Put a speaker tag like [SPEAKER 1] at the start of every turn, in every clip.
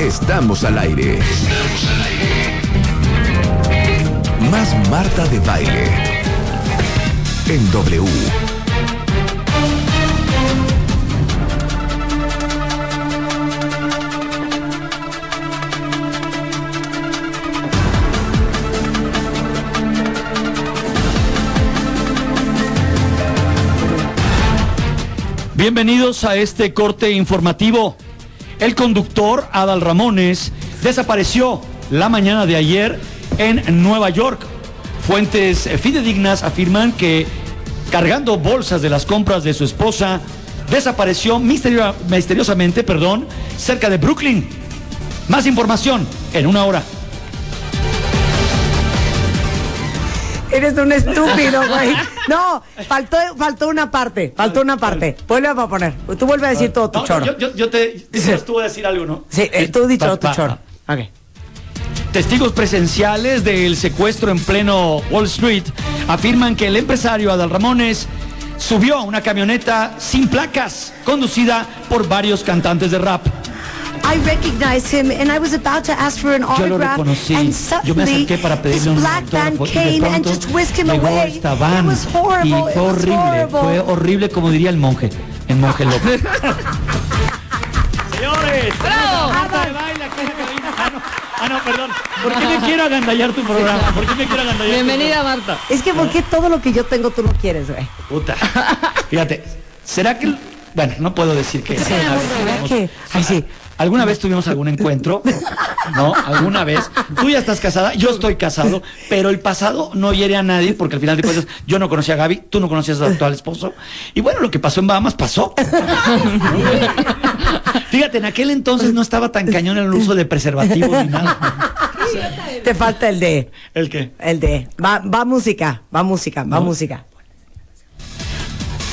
[SPEAKER 1] Estamos al aire. Estamos al aire. Más Marta de Baile. En W.
[SPEAKER 2] Bienvenidos a este corte informativo. El conductor Adal Ramones desapareció la mañana de ayer en Nueva York. Fuentes fidedignas afirman que cargando bolsas de las compras de su esposa, desapareció misterio- misteriosamente, perdón, cerca de Brooklyn. Más información en una hora.
[SPEAKER 3] Eres un estúpido, güey. No, faltó, faltó una parte, faltó una parte. Vuelve a poner. Tú vuelve a decir todo tu
[SPEAKER 2] No, no,
[SPEAKER 3] choro.
[SPEAKER 2] yo, yo- yo te yo te voy a decir algo, ¿no?
[SPEAKER 3] Sí, eh, tú di todo tu
[SPEAKER 2] Va, va,
[SPEAKER 3] choro.
[SPEAKER 2] va.
[SPEAKER 3] Ok.
[SPEAKER 2] Testigos presenciales del secuestro en pleno Wall Street afirman que el empresario Adal Ramones subió a una camioneta sin placas, conducida por varios cantantes de rap.
[SPEAKER 4] I recognized him and I was about to ask for an
[SPEAKER 2] Yo lo
[SPEAKER 4] autograph
[SPEAKER 2] reconocí.
[SPEAKER 4] and
[SPEAKER 2] Yo me
[SPEAKER 4] suddenly
[SPEAKER 2] acerqué para
[SPEAKER 4] this
[SPEAKER 2] pedirle un
[SPEAKER 4] black van
[SPEAKER 2] autógrafo y de
[SPEAKER 4] came and
[SPEAKER 2] pronto
[SPEAKER 4] just whisked him
[SPEAKER 2] llegó
[SPEAKER 4] away.
[SPEAKER 2] esta van
[SPEAKER 4] It was
[SPEAKER 2] y
[SPEAKER 4] horrible. It
[SPEAKER 2] fue
[SPEAKER 4] was
[SPEAKER 2] horrible,
[SPEAKER 4] horrible.
[SPEAKER 2] fue horrible como diría el monje, el monje López. Señores, Marta de baile aquí en la cabina. Ah, no, ah, no, perdón. ¿Por qué me quiero agandallar tu programa? ¿Por qué me quiero agandallar tu
[SPEAKER 5] Bienvenida, Marta.
[SPEAKER 3] Es que porque todo lo que yo tengo tú lo quieres, güey.
[SPEAKER 2] Puta. Fíjate, ¿será que.? el- Bueno, no puedo decir que.
[SPEAKER 3] Sí,
[SPEAKER 2] alguna vez
[SPEAKER 3] no, ¿verdad
[SPEAKER 2] tuvimos-
[SPEAKER 3] que? Ay, sí.
[SPEAKER 2] Alguna vez tuvimos algún encuentro, ¿no? Alguna vez. Tú ya estás casada, yo estoy casado, pero el pasado no hiere a nadie porque al final de cuentas yo no conocía a Gaby, tú no conocías a tu actual esposo. Y bueno, lo que pasó en Bahamas pasó. Fíjate, en aquel entonces no estaba tan cañón el uso de preservativos ni nada.
[SPEAKER 3] Te falta el de,
[SPEAKER 2] ¿El qué?
[SPEAKER 3] el de. Va, va música, va música, va música.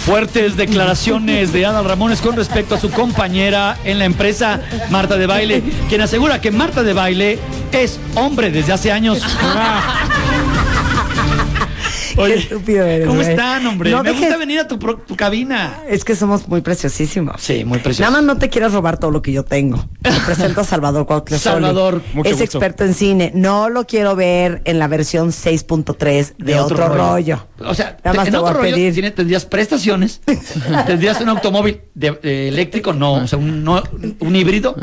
[SPEAKER 2] Fuertes declaraciones de Adal Ramones con respecto a su compañera en la empresa, Marta de Baile, quien asegura que Marta de Baile es hombre desde hace años.
[SPEAKER 3] Qué estúpido eres,
[SPEAKER 2] ¿Cómo
[SPEAKER 3] güey.
[SPEAKER 2] están, hombre?
[SPEAKER 3] No
[SPEAKER 2] Me
[SPEAKER 3] dejes-
[SPEAKER 2] gusta venir a tu, pro- tu cabina.
[SPEAKER 3] Es que somos muy preciosísimos.
[SPEAKER 2] Sí, muy precioso.
[SPEAKER 3] Nada más no te quieras robar todo lo que yo tengo. Te presento a Salvador Cuauhtlazoli.
[SPEAKER 2] Salvador,
[SPEAKER 6] mucho
[SPEAKER 3] es
[SPEAKER 6] gusto.
[SPEAKER 3] experto en cine. No lo quiero ver en la versión 6.3 de, otro, rollo.
[SPEAKER 2] O sea,
[SPEAKER 3] Nada
[SPEAKER 2] te-
[SPEAKER 3] más
[SPEAKER 2] en
[SPEAKER 3] te
[SPEAKER 2] otro
[SPEAKER 3] voy a
[SPEAKER 2] rollo
[SPEAKER 3] pedir.
[SPEAKER 2] tiene- tendrías prestaciones, tendrías un automóvil de- de eléctrico, no, o sea, un, no- un híbrido,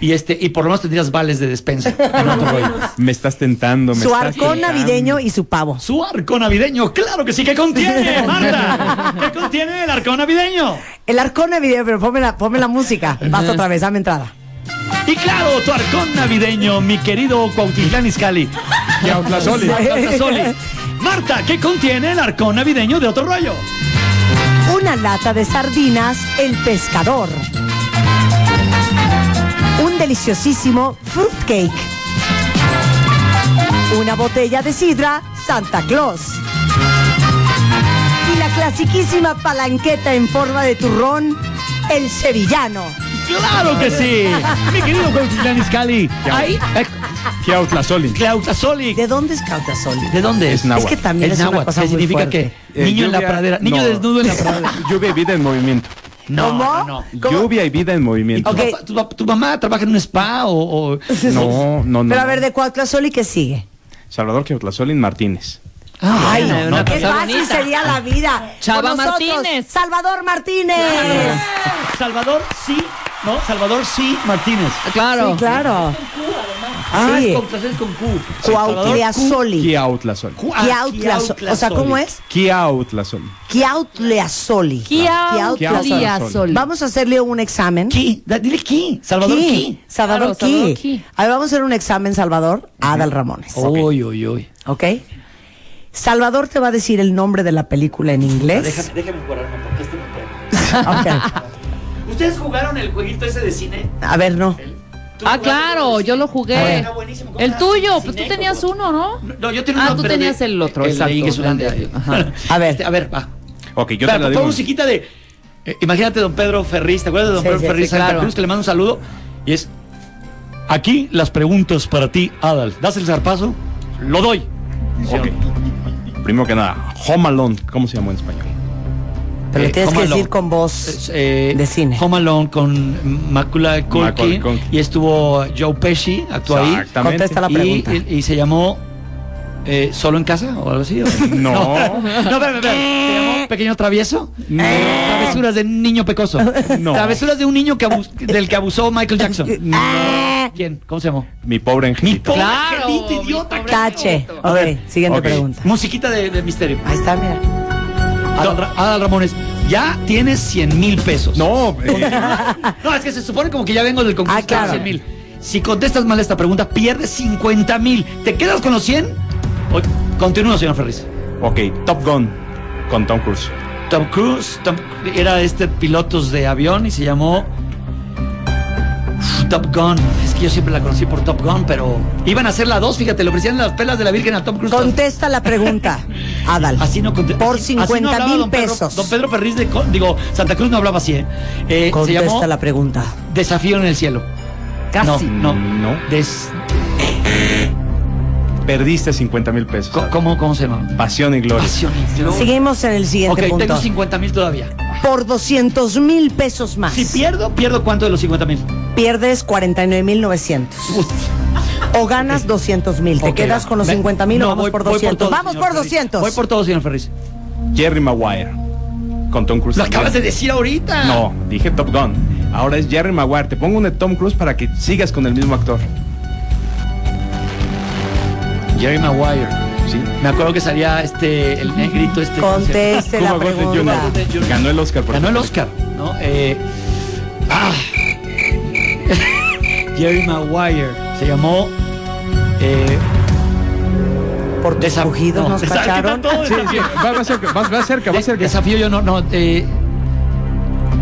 [SPEAKER 2] y este, y por lo menos tendrías vales de despensa. en otro rollo.
[SPEAKER 6] Me estás tentando, me
[SPEAKER 3] Su
[SPEAKER 6] estás
[SPEAKER 3] arcón
[SPEAKER 6] tentando.
[SPEAKER 3] navideño y su pavo.
[SPEAKER 2] Su arco navideño, claro que sí, que contiene, Marta. ¿Qué contiene el arco navideño?
[SPEAKER 3] El arcón navideño, pero ponme la, ponme la música. Vas otra vez, dame entrada.
[SPEAKER 2] Y claro, tu arcón navideño, mi querido Cuautitlán Izcalli.
[SPEAKER 6] Cuauhtlazoli.
[SPEAKER 2] Cuauhtlazoli. Marta, ¿qué contiene el arcón navideño de otro rollo?
[SPEAKER 3] Una lata de sardinas, el pescador. Un deliciosísimo fruitcake. Una botella de sidra, Santa Claus. Y la clasiquísima palanqueta en forma de turrón, el sevillano.
[SPEAKER 2] Claro que sí. Mi querido Cuautitlán Izcalli. Ahí, eh,
[SPEAKER 6] Cuauhtlazoli.
[SPEAKER 2] Cuauhtlazoli.
[SPEAKER 3] ¿De dónde es Cautasoli?
[SPEAKER 2] ¿De dónde es?
[SPEAKER 6] Es náhuatl.
[SPEAKER 3] Es que también es,
[SPEAKER 2] náhuatl,
[SPEAKER 3] una cosa
[SPEAKER 2] que
[SPEAKER 3] muy
[SPEAKER 2] significa
[SPEAKER 3] fuerte.
[SPEAKER 2] que
[SPEAKER 6] Eh,
[SPEAKER 2] niño en la
[SPEAKER 6] lluvia-
[SPEAKER 2] pradera, niño
[SPEAKER 6] no.
[SPEAKER 2] desnudo en la pradera.
[SPEAKER 6] Lluvia y vida en movimiento.
[SPEAKER 2] No,
[SPEAKER 3] ¿Cómo?
[SPEAKER 2] no, no.
[SPEAKER 3] ¿Cómo?
[SPEAKER 6] Lluvia y vida en movimiento.
[SPEAKER 2] ¿Tu,
[SPEAKER 3] Ok.
[SPEAKER 2] papá- tu papá- tu mamá trabaja en un spa o, o-
[SPEAKER 6] No, no, no.
[SPEAKER 3] Pero a ver, ¿de Cuauhtlazoli qué sigue?
[SPEAKER 6] Salvador Cuauhtlazoli Martínez.
[SPEAKER 2] Ah,
[SPEAKER 3] Ay,
[SPEAKER 2] bueno,
[SPEAKER 5] no,
[SPEAKER 2] no,
[SPEAKER 5] no,
[SPEAKER 3] qué
[SPEAKER 5] cosa
[SPEAKER 3] fácil
[SPEAKER 5] bonita.
[SPEAKER 3] sería la vida.
[SPEAKER 5] Chava
[SPEAKER 3] Con nosotros,
[SPEAKER 5] Martínez.
[SPEAKER 3] Salvador Martínez.
[SPEAKER 2] Salvador sí, ¿no? Salvador sí Martínez.
[SPEAKER 5] Claro.
[SPEAKER 3] Sí, claro.
[SPEAKER 2] Ah,
[SPEAKER 3] Ah, Sí.
[SPEAKER 2] es con, es con Q.
[SPEAKER 3] Cuautleazoli.
[SPEAKER 6] Cuauhtlazoli.
[SPEAKER 2] Cu- ah,
[SPEAKER 3] Cuautleazoli. O sea, ¿cómo es?
[SPEAKER 6] Cuauhtlazoli.
[SPEAKER 3] Cuautleazoli.
[SPEAKER 5] Cuauhtlazoli.
[SPEAKER 3] Vamos a hacerle un examen.
[SPEAKER 2] Qui. Da- Dile Qui. Salvador
[SPEAKER 3] Qui.
[SPEAKER 2] Qui.
[SPEAKER 3] Salvador
[SPEAKER 5] Claro, Salvador
[SPEAKER 3] Qui.
[SPEAKER 5] Qui.
[SPEAKER 3] A ver, vamos a hacer un examen, Salvador, a Adal Ramones.
[SPEAKER 2] Uy, uy, uy.
[SPEAKER 3] ¿Ok? Salvador te va a decir el nombre de la película en inglés.
[SPEAKER 2] Déjame, déjame curarme porque este me pega.
[SPEAKER 3] Ok.
[SPEAKER 2] ¿Ustedes jugaron el jueguito ese de cine?
[SPEAKER 3] A ver, no.
[SPEAKER 2] ¿Tú jugaste
[SPEAKER 5] Ah,
[SPEAKER 2] el
[SPEAKER 5] claro,
[SPEAKER 2] de
[SPEAKER 5] yo lo
[SPEAKER 2] cine? Ah,
[SPEAKER 5] jugué.
[SPEAKER 2] bueno, buenísimo. ¿Cómo
[SPEAKER 5] El
[SPEAKER 2] era?
[SPEAKER 5] tuyo,
[SPEAKER 2] Cineco,
[SPEAKER 5] pues tú tenías
[SPEAKER 2] ¿cómo?
[SPEAKER 5] uno, ¿no?
[SPEAKER 2] No, yo tenía
[SPEAKER 5] Ah,
[SPEAKER 2] uno,
[SPEAKER 5] tú
[SPEAKER 2] pero
[SPEAKER 5] tenías
[SPEAKER 2] de-
[SPEAKER 5] el otro,
[SPEAKER 2] el de
[SPEAKER 5] exacto,
[SPEAKER 2] Inge Zulanda.
[SPEAKER 5] el de- ajá.
[SPEAKER 3] A ver.
[SPEAKER 2] Este, a ver, va.
[SPEAKER 6] Ok, yo
[SPEAKER 2] Espera,
[SPEAKER 6] te la
[SPEAKER 2] pon
[SPEAKER 6] digo.
[SPEAKER 2] musiquita de. eh, imagínate, don Pedro Ferriz. ¿Te acuerdas de don
[SPEAKER 3] Sí,
[SPEAKER 2] Pedro
[SPEAKER 3] sí,
[SPEAKER 2] Ferriz
[SPEAKER 3] sí,
[SPEAKER 2] Santa
[SPEAKER 5] claro.
[SPEAKER 2] Cruz? Que le mando un saludo. Y es. Aquí las preguntas para ti, Adal. ¿Das el zarpazo? Lo doy.
[SPEAKER 6] Ok. Primero que nada, Home Alone. ¿Cómo se llamó en español?
[SPEAKER 3] Pero lo
[SPEAKER 2] Eh,
[SPEAKER 3] tienes
[SPEAKER 2] Home
[SPEAKER 3] que decir
[SPEAKER 2] Alone.
[SPEAKER 3] con voz
[SPEAKER 2] Eh,
[SPEAKER 3] de cine.
[SPEAKER 2] Home Alone con Macula
[SPEAKER 6] Macaulay
[SPEAKER 2] Culkin
[SPEAKER 6] Culkin.
[SPEAKER 2] y estuvo Joe Pesci, actuó ahí.
[SPEAKER 6] Exactamente.
[SPEAKER 3] Contesta la
[SPEAKER 2] Y,
[SPEAKER 3] pregunta.
[SPEAKER 2] y- y se llamó eh, Solo en casa o algo así. ¿o?
[SPEAKER 6] No.
[SPEAKER 2] No, espérame, espérame. ¿Se llamó Pequeño Travieso?
[SPEAKER 6] No.
[SPEAKER 2] Travesuras de niño pecoso.
[SPEAKER 6] No.
[SPEAKER 2] Travesuras de un niño que abus- del que abusó Michael Jackson.
[SPEAKER 3] Eh,
[SPEAKER 2] ¿Quién? ¿Cómo se llamó?
[SPEAKER 6] Mi pobre angelito.
[SPEAKER 2] pobre
[SPEAKER 5] Claro,
[SPEAKER 2] angelito,
[SPEAKER 5] mi
[SPEAKER 2] idiota,
[SPEAKER 5] pobre
[SPEAKER 3] Tache.
[SPEAKER 5] angelito.
[SPEAKER 2] A
[SPEAKER 3] Ok,
[SPEAKER 2] ver,
[SPEAKER 3] siguiente
[SPEAKER 6] ok.
[SPEAKER 3] pregunta.
[SPEAKER 2] Musiquita de, de misterio.
[SPEAKER 3] Ahí está, mira.
[SPEAKER 2] Adal, Ra- Adal Ramones, ya tienes 100 mil pesos.
[SPEAKER 6] No. eh,
[SPEAKER 2] No, es que se supone como que ya vengo del concurso
[SPEAKER 3] Ah, claro.
[SPEAKER 2] de 100 mil. Si contestas mal esta pregunta, pierdes 50 mil. ¿Te quedas con los 100? O- Continúa, señor Ferris.
[SPEAKER 6] ok, Top Gun con Tom Cruise.
[SPEAKER 2] Tom Cruise Tom- era este pilotos de avión y se llamó Uf, Top Gun. Es que yo siempre la conocí por Top Gun, pero iban a hacer la dos, fíjate, le ofrecían las pelas de la Virgen a Tom Cruise.
[SPEAKER 3] Contesta la pregunta, Adal.
[SPEAKER 2] Así no conte-
[SPEAKER 3] Por
[SPEAKER 2] así- así no
[SPEAKER 3] 50
[SPEAKER 2] hablaba
[SPEAKER 3] mil
[SPEAKER 2] don Pedro-
[SPEAKER 3] pesos.
[SPEAKER 2] don Pedro Ferriz de co- digo, Santa Cruz no hablaba así, ¿eh? Eh, se llamó
[SPEAKER 3] Contesta la pregunta.
[SPEAKER 2] Desafío en el cielo.
[SPEAKER 3] Casi.
[SPEAKER 2] No, no.
[SPEAKER 6] No.
[SPEAKER 2] Des-
[SPEAKER 6] Perdiste 50 mil pesos.
[SPEAKER 2] co- ¿cómo, ¿Cómo se llama?
[SPEAKER 6] Pasión y gloria.
[SPEAKER 2] Pasión y Gloria.
[SPEAKER 3] Seguimos en el siguiente
[SPEAKER 2] Ok, tengo
[SPEAKER 3] punto.
[SPEAKER 2] 50 mil todavía.
[SPEAKER 3] Por 200 mil pesos más.
[SPEAKER 2] Si pierdo, pierdo cuánto de los 50 mil.
[SPEAKER 3] pierdes 49,900. O ganas 200 mil. ¿Te
[SPEAKER 2] Ok,
[SPEAKER 3] quedas
[SPEAKER 2] va.
[SPEAKER 3] con los
[SPEAKER 2] Me-
[SPEAKER 3] 50 mil
[SPEAKER 2] No,
[SPEAKER 3] o vamos
[SPEAKER 2] voy-
[SPEAKER 3] por
[SPEAKER 2] voy
[SPEAKER 3] 200?
[SPEAKER 2] todo,
[SPEAKER 3] vamos
[SPEAKER 2] señor
[SPEAKER 3] por
[SPEAKER 2] Ferriz.
[SPEAKER 3] 200.
[SPEAKER 2] Voy por todo, señor Ferris.
[SPEAKER 6] Jerry Maguire con Tom Cruise.
[SPEAKER 2] Lo
[SPEAKER 6] también.
[SPEAKER 2] acabas de decir ahorita.
[SPEAKER 6] No, dije Top Gun. Ahora es Jerry Maguire. Te pongo un de Tom Cruise para que sigas con el mismo actor.
[SPEAKER 2] Jerry Maguire.
[SPEAKER 6] Sí.
[SPEAKER 2] Me acuerdo que salía este, el negrito este.
[SPEAKER 3] Conteste la
[SPEAKER 6] Cuba Gooding
[SPEAKER 3] pregunta.
[SPEAKER 6] Jr. Ganó el Oscar. por
[SPEAKER 2] Ganó el
[SPEAKER 6] ejemplo.
[SPEAKER 2] Oscar, ¿no? Eh, ah. Jerry Maguire. Se llamó. Eh,
[SPEAKER 3] Por tus
[SPEAKER 2] Desaf-
[SPEAKER 3] cogidos
[SPEAKER 2] no,
[SPEAKER 3] nos
[SPEAKER 2] desa-
[SPEAKER 3] cacharon.
[SPEAKER 2] ¿qué tanto?
[SPEAKER 6] Sí, sí, va, va cerca, va, va cerca, va
[SPEAKER 2] De-
[SPEAKER 6] cerca.
[SPEAKER 2] desafío yo no, no. eh,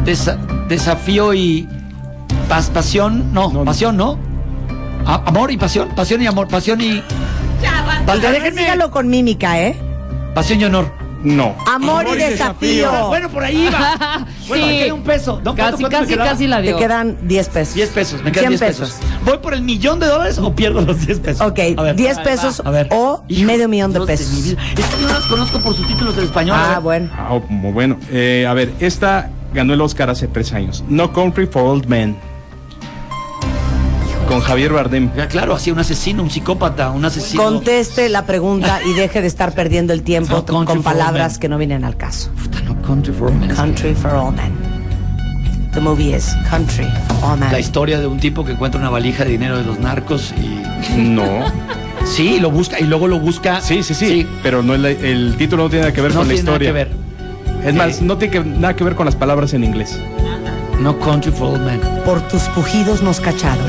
[SPEAKER 2] desa- desafío y pas- pasión, no,
[SPEAKER 6] No, no.
[SPEAKER 2] pasión, ¿no? A- amor y pasión, pasión y amor, pasión y. Valde, déjenme.
[SPEAKER 3] Dígalo con mímica, ¿eh?
[SPEAKER 2] Pasión y honor.
[SPEAKER 6] No.
[SPEAKER 3] Amor, y desafío.
[SPEAKER 2] Bueno, por ahí va. Bueno,
[SPEAKER 5] Sí.
[SPEAKER 2] me queda un peso. Don Pato, ¿cuánto
[SPEAKER 5] Casi,
[SPEAKER 2] me
[SPEAKER 5] casi,
[SPEAKER 2] quedaba?
[SPEAKER 5] casi la
[SPEAKER 3] Te
[SPEAKER 5] dio.
[SPEAKER 3] quedan 10 pesos.
[SPEAKER 2] 10 pesos, me quedan
[SPEAKER 3] 100
[SPEAKER 2] 10 pesos. ¿Voy por el millón de dólares o pierdo los 10 pesos?
[SPEAKER 3] Ok, 10 pesos o medio millón de
[SPEAKER 2] Dios
[SPEAKER 3] pesos.
[SPEAKER 2] mi vida. Es que yo no las conozco por sus títulos en español. ¿eh? A
[SPEAKER 3] Ah,
[SPEAKER 2] ver.
[SPEAKER 3] bueno.
[SPEAKER 6] Ah, oh, muy bueno. Eh, a ver, esta ganó el Oscar hace tres años. No Country for Old Men. Con Javier Bardem.
[SPEAKER 2] Ya, Claro, hacía un asesino, un psicópata, un asesino.
[SPEAKER 3] Conteste la pregunta y deje de estar perdiendo el tiempo
[SPEAKER 2] No, country
[SPEAKER 3] con
[SPEAKER 2] for old
[SPEAKER 3] palabras
[SPEAKER 2] men.
[SPEAKER 3] que no vienen al caso.
[SPEAKER 2] Puta, no, Country for Old Men.
[SPEAKER 3] Country for all men. The movie is Country for all
[SPEAKER 2] La
[SPEAKER 3] men.
[SPEAKER 2] historia de un tipo que encuentra una valija de dinero de los narcos y.
[SPEAKER 6] No.
[SPEAKER 2] Sí, lo busca y luego lo busca.
[SPEAKER 6] Sí, sí, sí. Pero no es la- el título no tiene nada que ver
[SPEAKER 2] No
[SPEAKER 6] con la
[SPEAKER 2] tiene nada
[SPEAKER 6] historia.
[SPEAKER 2] que ver.
[SPEAKER 6] Es más,
[SPEAKER 2] Sí.
[SPEAKER 6] no tiene que- nada que ver con las palabras en inglés.
[SPEAKER 2] No Country for Old Men.
[SPEAKER 3] Por tus pujidos nos cacharon.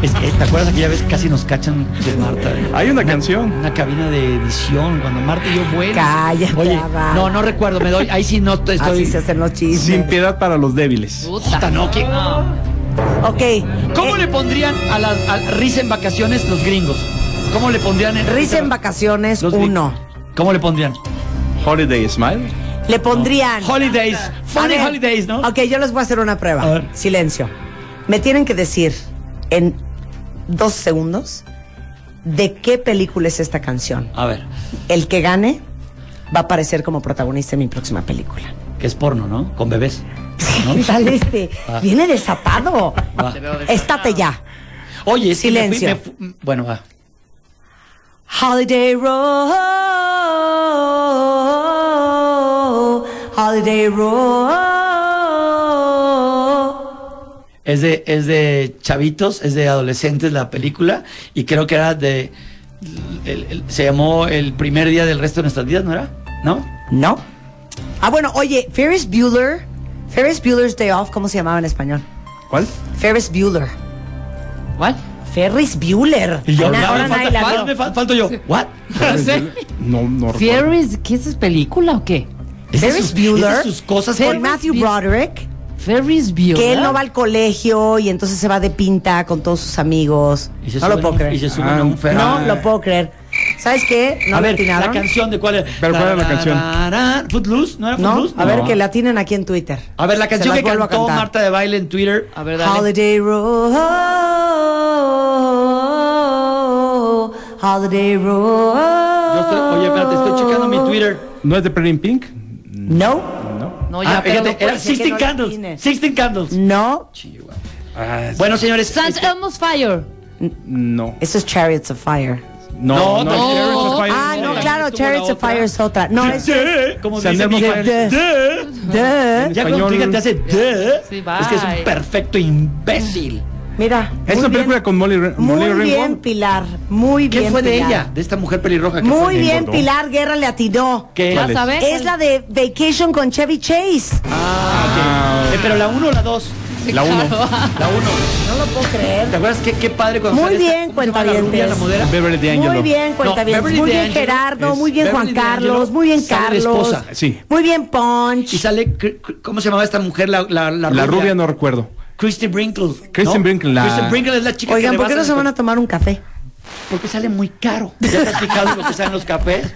[SPEAKER 2] Es que, ¿Te acuerdas aquella vez casi nos cachan de Marta?
[SPEAKER 6] Hay una canción.
[SPEAKER 2] Una cabina de edición cuando Marta y yo vuelvo.
[SPEAKER 3] Cállate,
[SPEAKER 2] Oye,
[SPEAKER 3] Abad.
[SPEAKER 2] no, no recuerdo, me doy. Ahí sí no te estoy.
[SPEAKER 3] Así se hacen los chismes.
[SPEAKER 6] Sin piedad para los débiles.
[SPEAKER 2] Puta, no, ¿qué-
[SPEAKER 3] Ok. eh,
[SPEAKER 2] ¿Cómo le pondrían a la a risa en vacaciones los gringos? ¿Cómo le pondrían en
[SPEAKER 3] Risa en vacaciones,
[SPEAKER 2] los gringos?
[SPEAKER 3] uno.
[SPEAKER 2] ¿Cómo le pondrían?
[SPEAKER 6] Holiday Smile.
[SPEAKER 3] Le pondrían.
[SPEAKER 2] Holidays.
[SPEAKER 3] A
[SPEAKER 2] Funny
[SPEAKER 3] ver,
[SPEAKER 2] holidays, ¿no?
[SPEAKER 3] Ok, yo les voy a hacer una prueba.
[SPEAKER 2] A ver.
[SPEAKER 3] Silencio. Me tienen que decir en dos segundos de qué película es esta canción.
[SPEAKER 2] A ver,
[SPEAKER 3] El que gane va a aparecer como protagonista en mi próxima película.
[SPEAKER 2] que es porno, ¿no? Con bebés.
[SPEAKER 3] Tal este.
[SPEAKER 2] Ah.
[SPEAKER 3] Viene desatado.
[SPEAKER 2] Va.
[SPEAKER 3] Estate ya.
[SPEAKER 2] Oye, es que me fui-
[SPEAKER 3] Silencio.
[SPEAKER 2] me fu- mm, bueno, va.
[SPEAKER 3] Holiday Row. Holiday Row.
[SPEAKER 2] Es de, es de chavitos, es de adolescentes la película. Y creo que era de. el- el- se llamó El primer día del resto de nuestras vidas, ¿no era? ¿No?
[SPEAKER 3] No. Ah, bueno, oye, Ferris Bueller. Ferris Bueller's Day Off, ¿cómo se llamaba en español?
[SPEAKER 6] ¿Cuál?
[SPEAKER 3] Ferris Bueller.
[SPEAKER 2] ¿What?
[SPEAKER 3] Ferris Bueller.
[SPEAKER 2] Y yo,
[SPEAKER 3] Ana-
[SPEAKER 2] no,
[SPEAKER 3] ahora
[SPEAKER 2] me
[SPEAKER 3] nadie
[SPEAKER 2] falta,
[SPEAKER 3] la
[SPEAKER 2] ¿cuál?
[SPEAKER 3] vio.
[SPEAKER 2] Me fal- falto yo. ¿What?
[SPEAKER 6] No, no recuerdo.
[SPEAKER 5] Fieres, ¿qué es esa película o qué?
[SPEAKER 2] ¿Esa es
[SPEAKER 3] Ferris
[SPEAKER 2] sus-
[SPEAKER 3] Bueller.
[SPEAKER 2] esa es sus cosas
[SPEAKER 3] Con
[SPEAKER 2] Ferris
[SPEAKER 3] Matthew
[SPEAKER 5] Bueller.
[SPEAKER 3] Broderick,
[SPEAKER 5] Ferris Bueller.
[SPEAKER 3] que él no va al colegio y entonces se va de pinta con todos sus amigos.
[SPEAKER 2] Y se
[SPEAKER 3] No lo
[SPEAKER 2] suben
[SPEAKER 3] puedo
[SPEAKER 2] un-
[SPEAKER 3] creer.
[SPEAKER 2] Y se suben a
[SPEAKER 6] Ah.
[SPEAKER 2] un ferro.
[SPEAKER 3] No lo puedo creer. ¿Sabes qué? No
[SPEAKER 2] a
[SPEAKER 3] le
[SPEAKER 2] ver, la
[SPEAKER 3] atinaron.
[SPEAKER 2] canción de cuál era.
[SPEAKER 6] Pero, ¿cuál era la canción?
[SPEAKER 2] Tararán, Footloose, ¿no era
[SPEAKER 3] No,
[SPEAKER 2] Footloose?
[SPEAKER 3] a ver
[SPEAKER 6] No.
[SPEAKER 3] que la atinen aquí en Twitter.
[SPEAKER 2] A ver, la
[SPEAKER 3] Se
[SPEAKER 2] canción
[SPEAKER 3] las
[SPEAKER 2] que
[SPEAKER 3] vuelvo a
[SPEAKER 2] cantó
[SPEAKER 3] cantar.
[SPEAKER 2] Marta de Baile en Twitter.
[SPEAKER 5] A ver, dale.
[SPEAKER 3] Holiday oh, Row. oh, Holiday oh, Row.
[SPEAKER 2] Yo estoy- oye, espérate, estoy checando mi Twitter.
[SPEAKER 6] ¿No es de Pretty in Pink?
[SPEAKER 3] No.
[SPEAKER 6] No.
[SPEAKER 5] No,
[SPEAKER 2] Ah,
[SPEAKER 5] ya, pero pues,
[SPEAKER 2] fíjate,
[SPEAKER 3] puede
[SPEAKER 2] era
[SPEAKER 3] ser que
[SPEAKER 2] 16
[SPEAKER 3] no le
[SPEAKER 2] Candles.
[SPEAKER 3] atines.
[SPEAKER 2] 16 Candles.
[SPEAKER 3] No,
[SPEAKER 2] Bueno, señores.
[SPEAKER 5] Sans
[SPEAKER 2] eh,
[SPEAKER 5] Elmo's Fire.
[SPEAKER 6] No.
[SPEAKER 3] eso es Chariots of Fire.
[SPEAKER 2] No,
[SPEAKER 6] No, no,
[SPEAKER 2] no.
[SPEAKER 6] Chariots of Fire.
[SPEAKER 3] Ah, no,
[SPEAKER 2] no,
[SPEAKER 3] claro,
[SPEAKER 2] como
[SPEAKER 3] Chariots
[SPEAKER 2] Eh, la
[SPEAKER 3] of Fire
[SPEAKER 2] otra.
[SPEAKER 3] es otra. No, es
[SPEAKER 2] "Duh", Como
[SPEAKER 6] San
[SPEAKER 2] dice mi
[SPEAKER 6] Elmo
[SPEAKER 2] hija,
[SPEAKER 3] fue-
[SPEAKER 2] "Duh".
[SPEAKER 3] de...
[SPEAKER 2] Ya cuando
[SPEAKER 6] español-
[SPEAKER 2] tu hija te hace "Duh",
[SPEAKER 5] Sí,
[SPEAKER 2] es que es
[SPEAKER 5] bye.
[SPEAKER 2] un perfecto imbécil.
[SPEAKER 3] Mira.
[SPEAKER 6] Es
[SPEAKER 3] muy
[SPEAKER 6] una
[SPEAKER 3] bien.
[SPEAKER 6] película con Molly, Re-
[SPEAKER 3] Muy
[SPEAKER 6] Molly
[SPEAKER 3] bien,
[SPEAKER 6] Ringwald.
[SPEAKER 3] Pilar. Muy
[SPEAKER 2] ¿Qué
[SPEAKER 3] bien.
[SPEAKER 2] fue de
[SPEAKER 3] Pilar.
[SPEAKER 2] ella? De esta mujer pelirroja. que
[SPEAKER 3] Muy
[SPEAKER 2] fue?
[SPEAKER 3] bien,
[SPEAKER 6] engordó.
[SPEAKER 3] Pilar Guerra le atinó.
[SPEAKER 2] ¿Qué?
[SPEAKER 5] ¿Ya sabes?
[SPEAKER 3] Es la de Vacation con Chevy Chase.
[SPEAKER 2] Ah, ok. Eh, pero la 1 o la 2.
[SPEAKER 6] La uno.
[SPEAKER 2] La 1.
[SPEAKER 3] No lo puedo
[SPEAKER 2] ¿Te
[SPEAKER 3] creer.
[SPEAKER 2] acuerdas qué, qué padre cuando
[SPEAKER 3] Muy
[SPEAKER 2] sale esta-
[SPEAKER 3] bien,
[SPEAKER 2] ¿cómo se llama la rubia,
[SPEAKER 3] cuentavientes.
[SPEAKER 2] la modera?
[SPEAKER 6] Beverly D'Angelo.
[SPEAKER 3] Muy bien, cuenta bien.
[SPEAKER 2] No, Beverly
[SPEAKER 3] muy bien,
[SPEAKER 2] D'Angelo
[SPEAKER 3] Gerardo.
[SPEAKER 2] es-
[SPEAKER 3] Muy bien,
[SPEAKER 2] Beverly
[SPEAKER 3] Juan Carlos.
[SPEAKER 2] D'Angelo
[SPEAKER 3] Muy bien,
[SPEAKER 2] sale de
[SPEAKER 3] Carlos.
[SPEAKER 2] esposa.
[SPEAKER 6] Sí.
[SPEAKER 3] Muy bien, Punch.
[SPEAKER 2] Y sale, cr- cr- ¿cómo se llamaba esta mujer? La, la, la,
[SPEAKER 6] La rubia no recuerdo.
[SPEAKER 2] Christy Brinkle.
[SPEAKER 6] Christy Brinkley, la-
[SPEAKER 2] Christy Brinkle es la chica
[SPEAKER 3] Oigan,
[SPEAKER 2] que
[SPEAKER 3] ¿por qué no se van a tomar un café?
[SPEAKER 2] Porque sale muy caro. ¿Ya te has fijado lo que salen los cafés?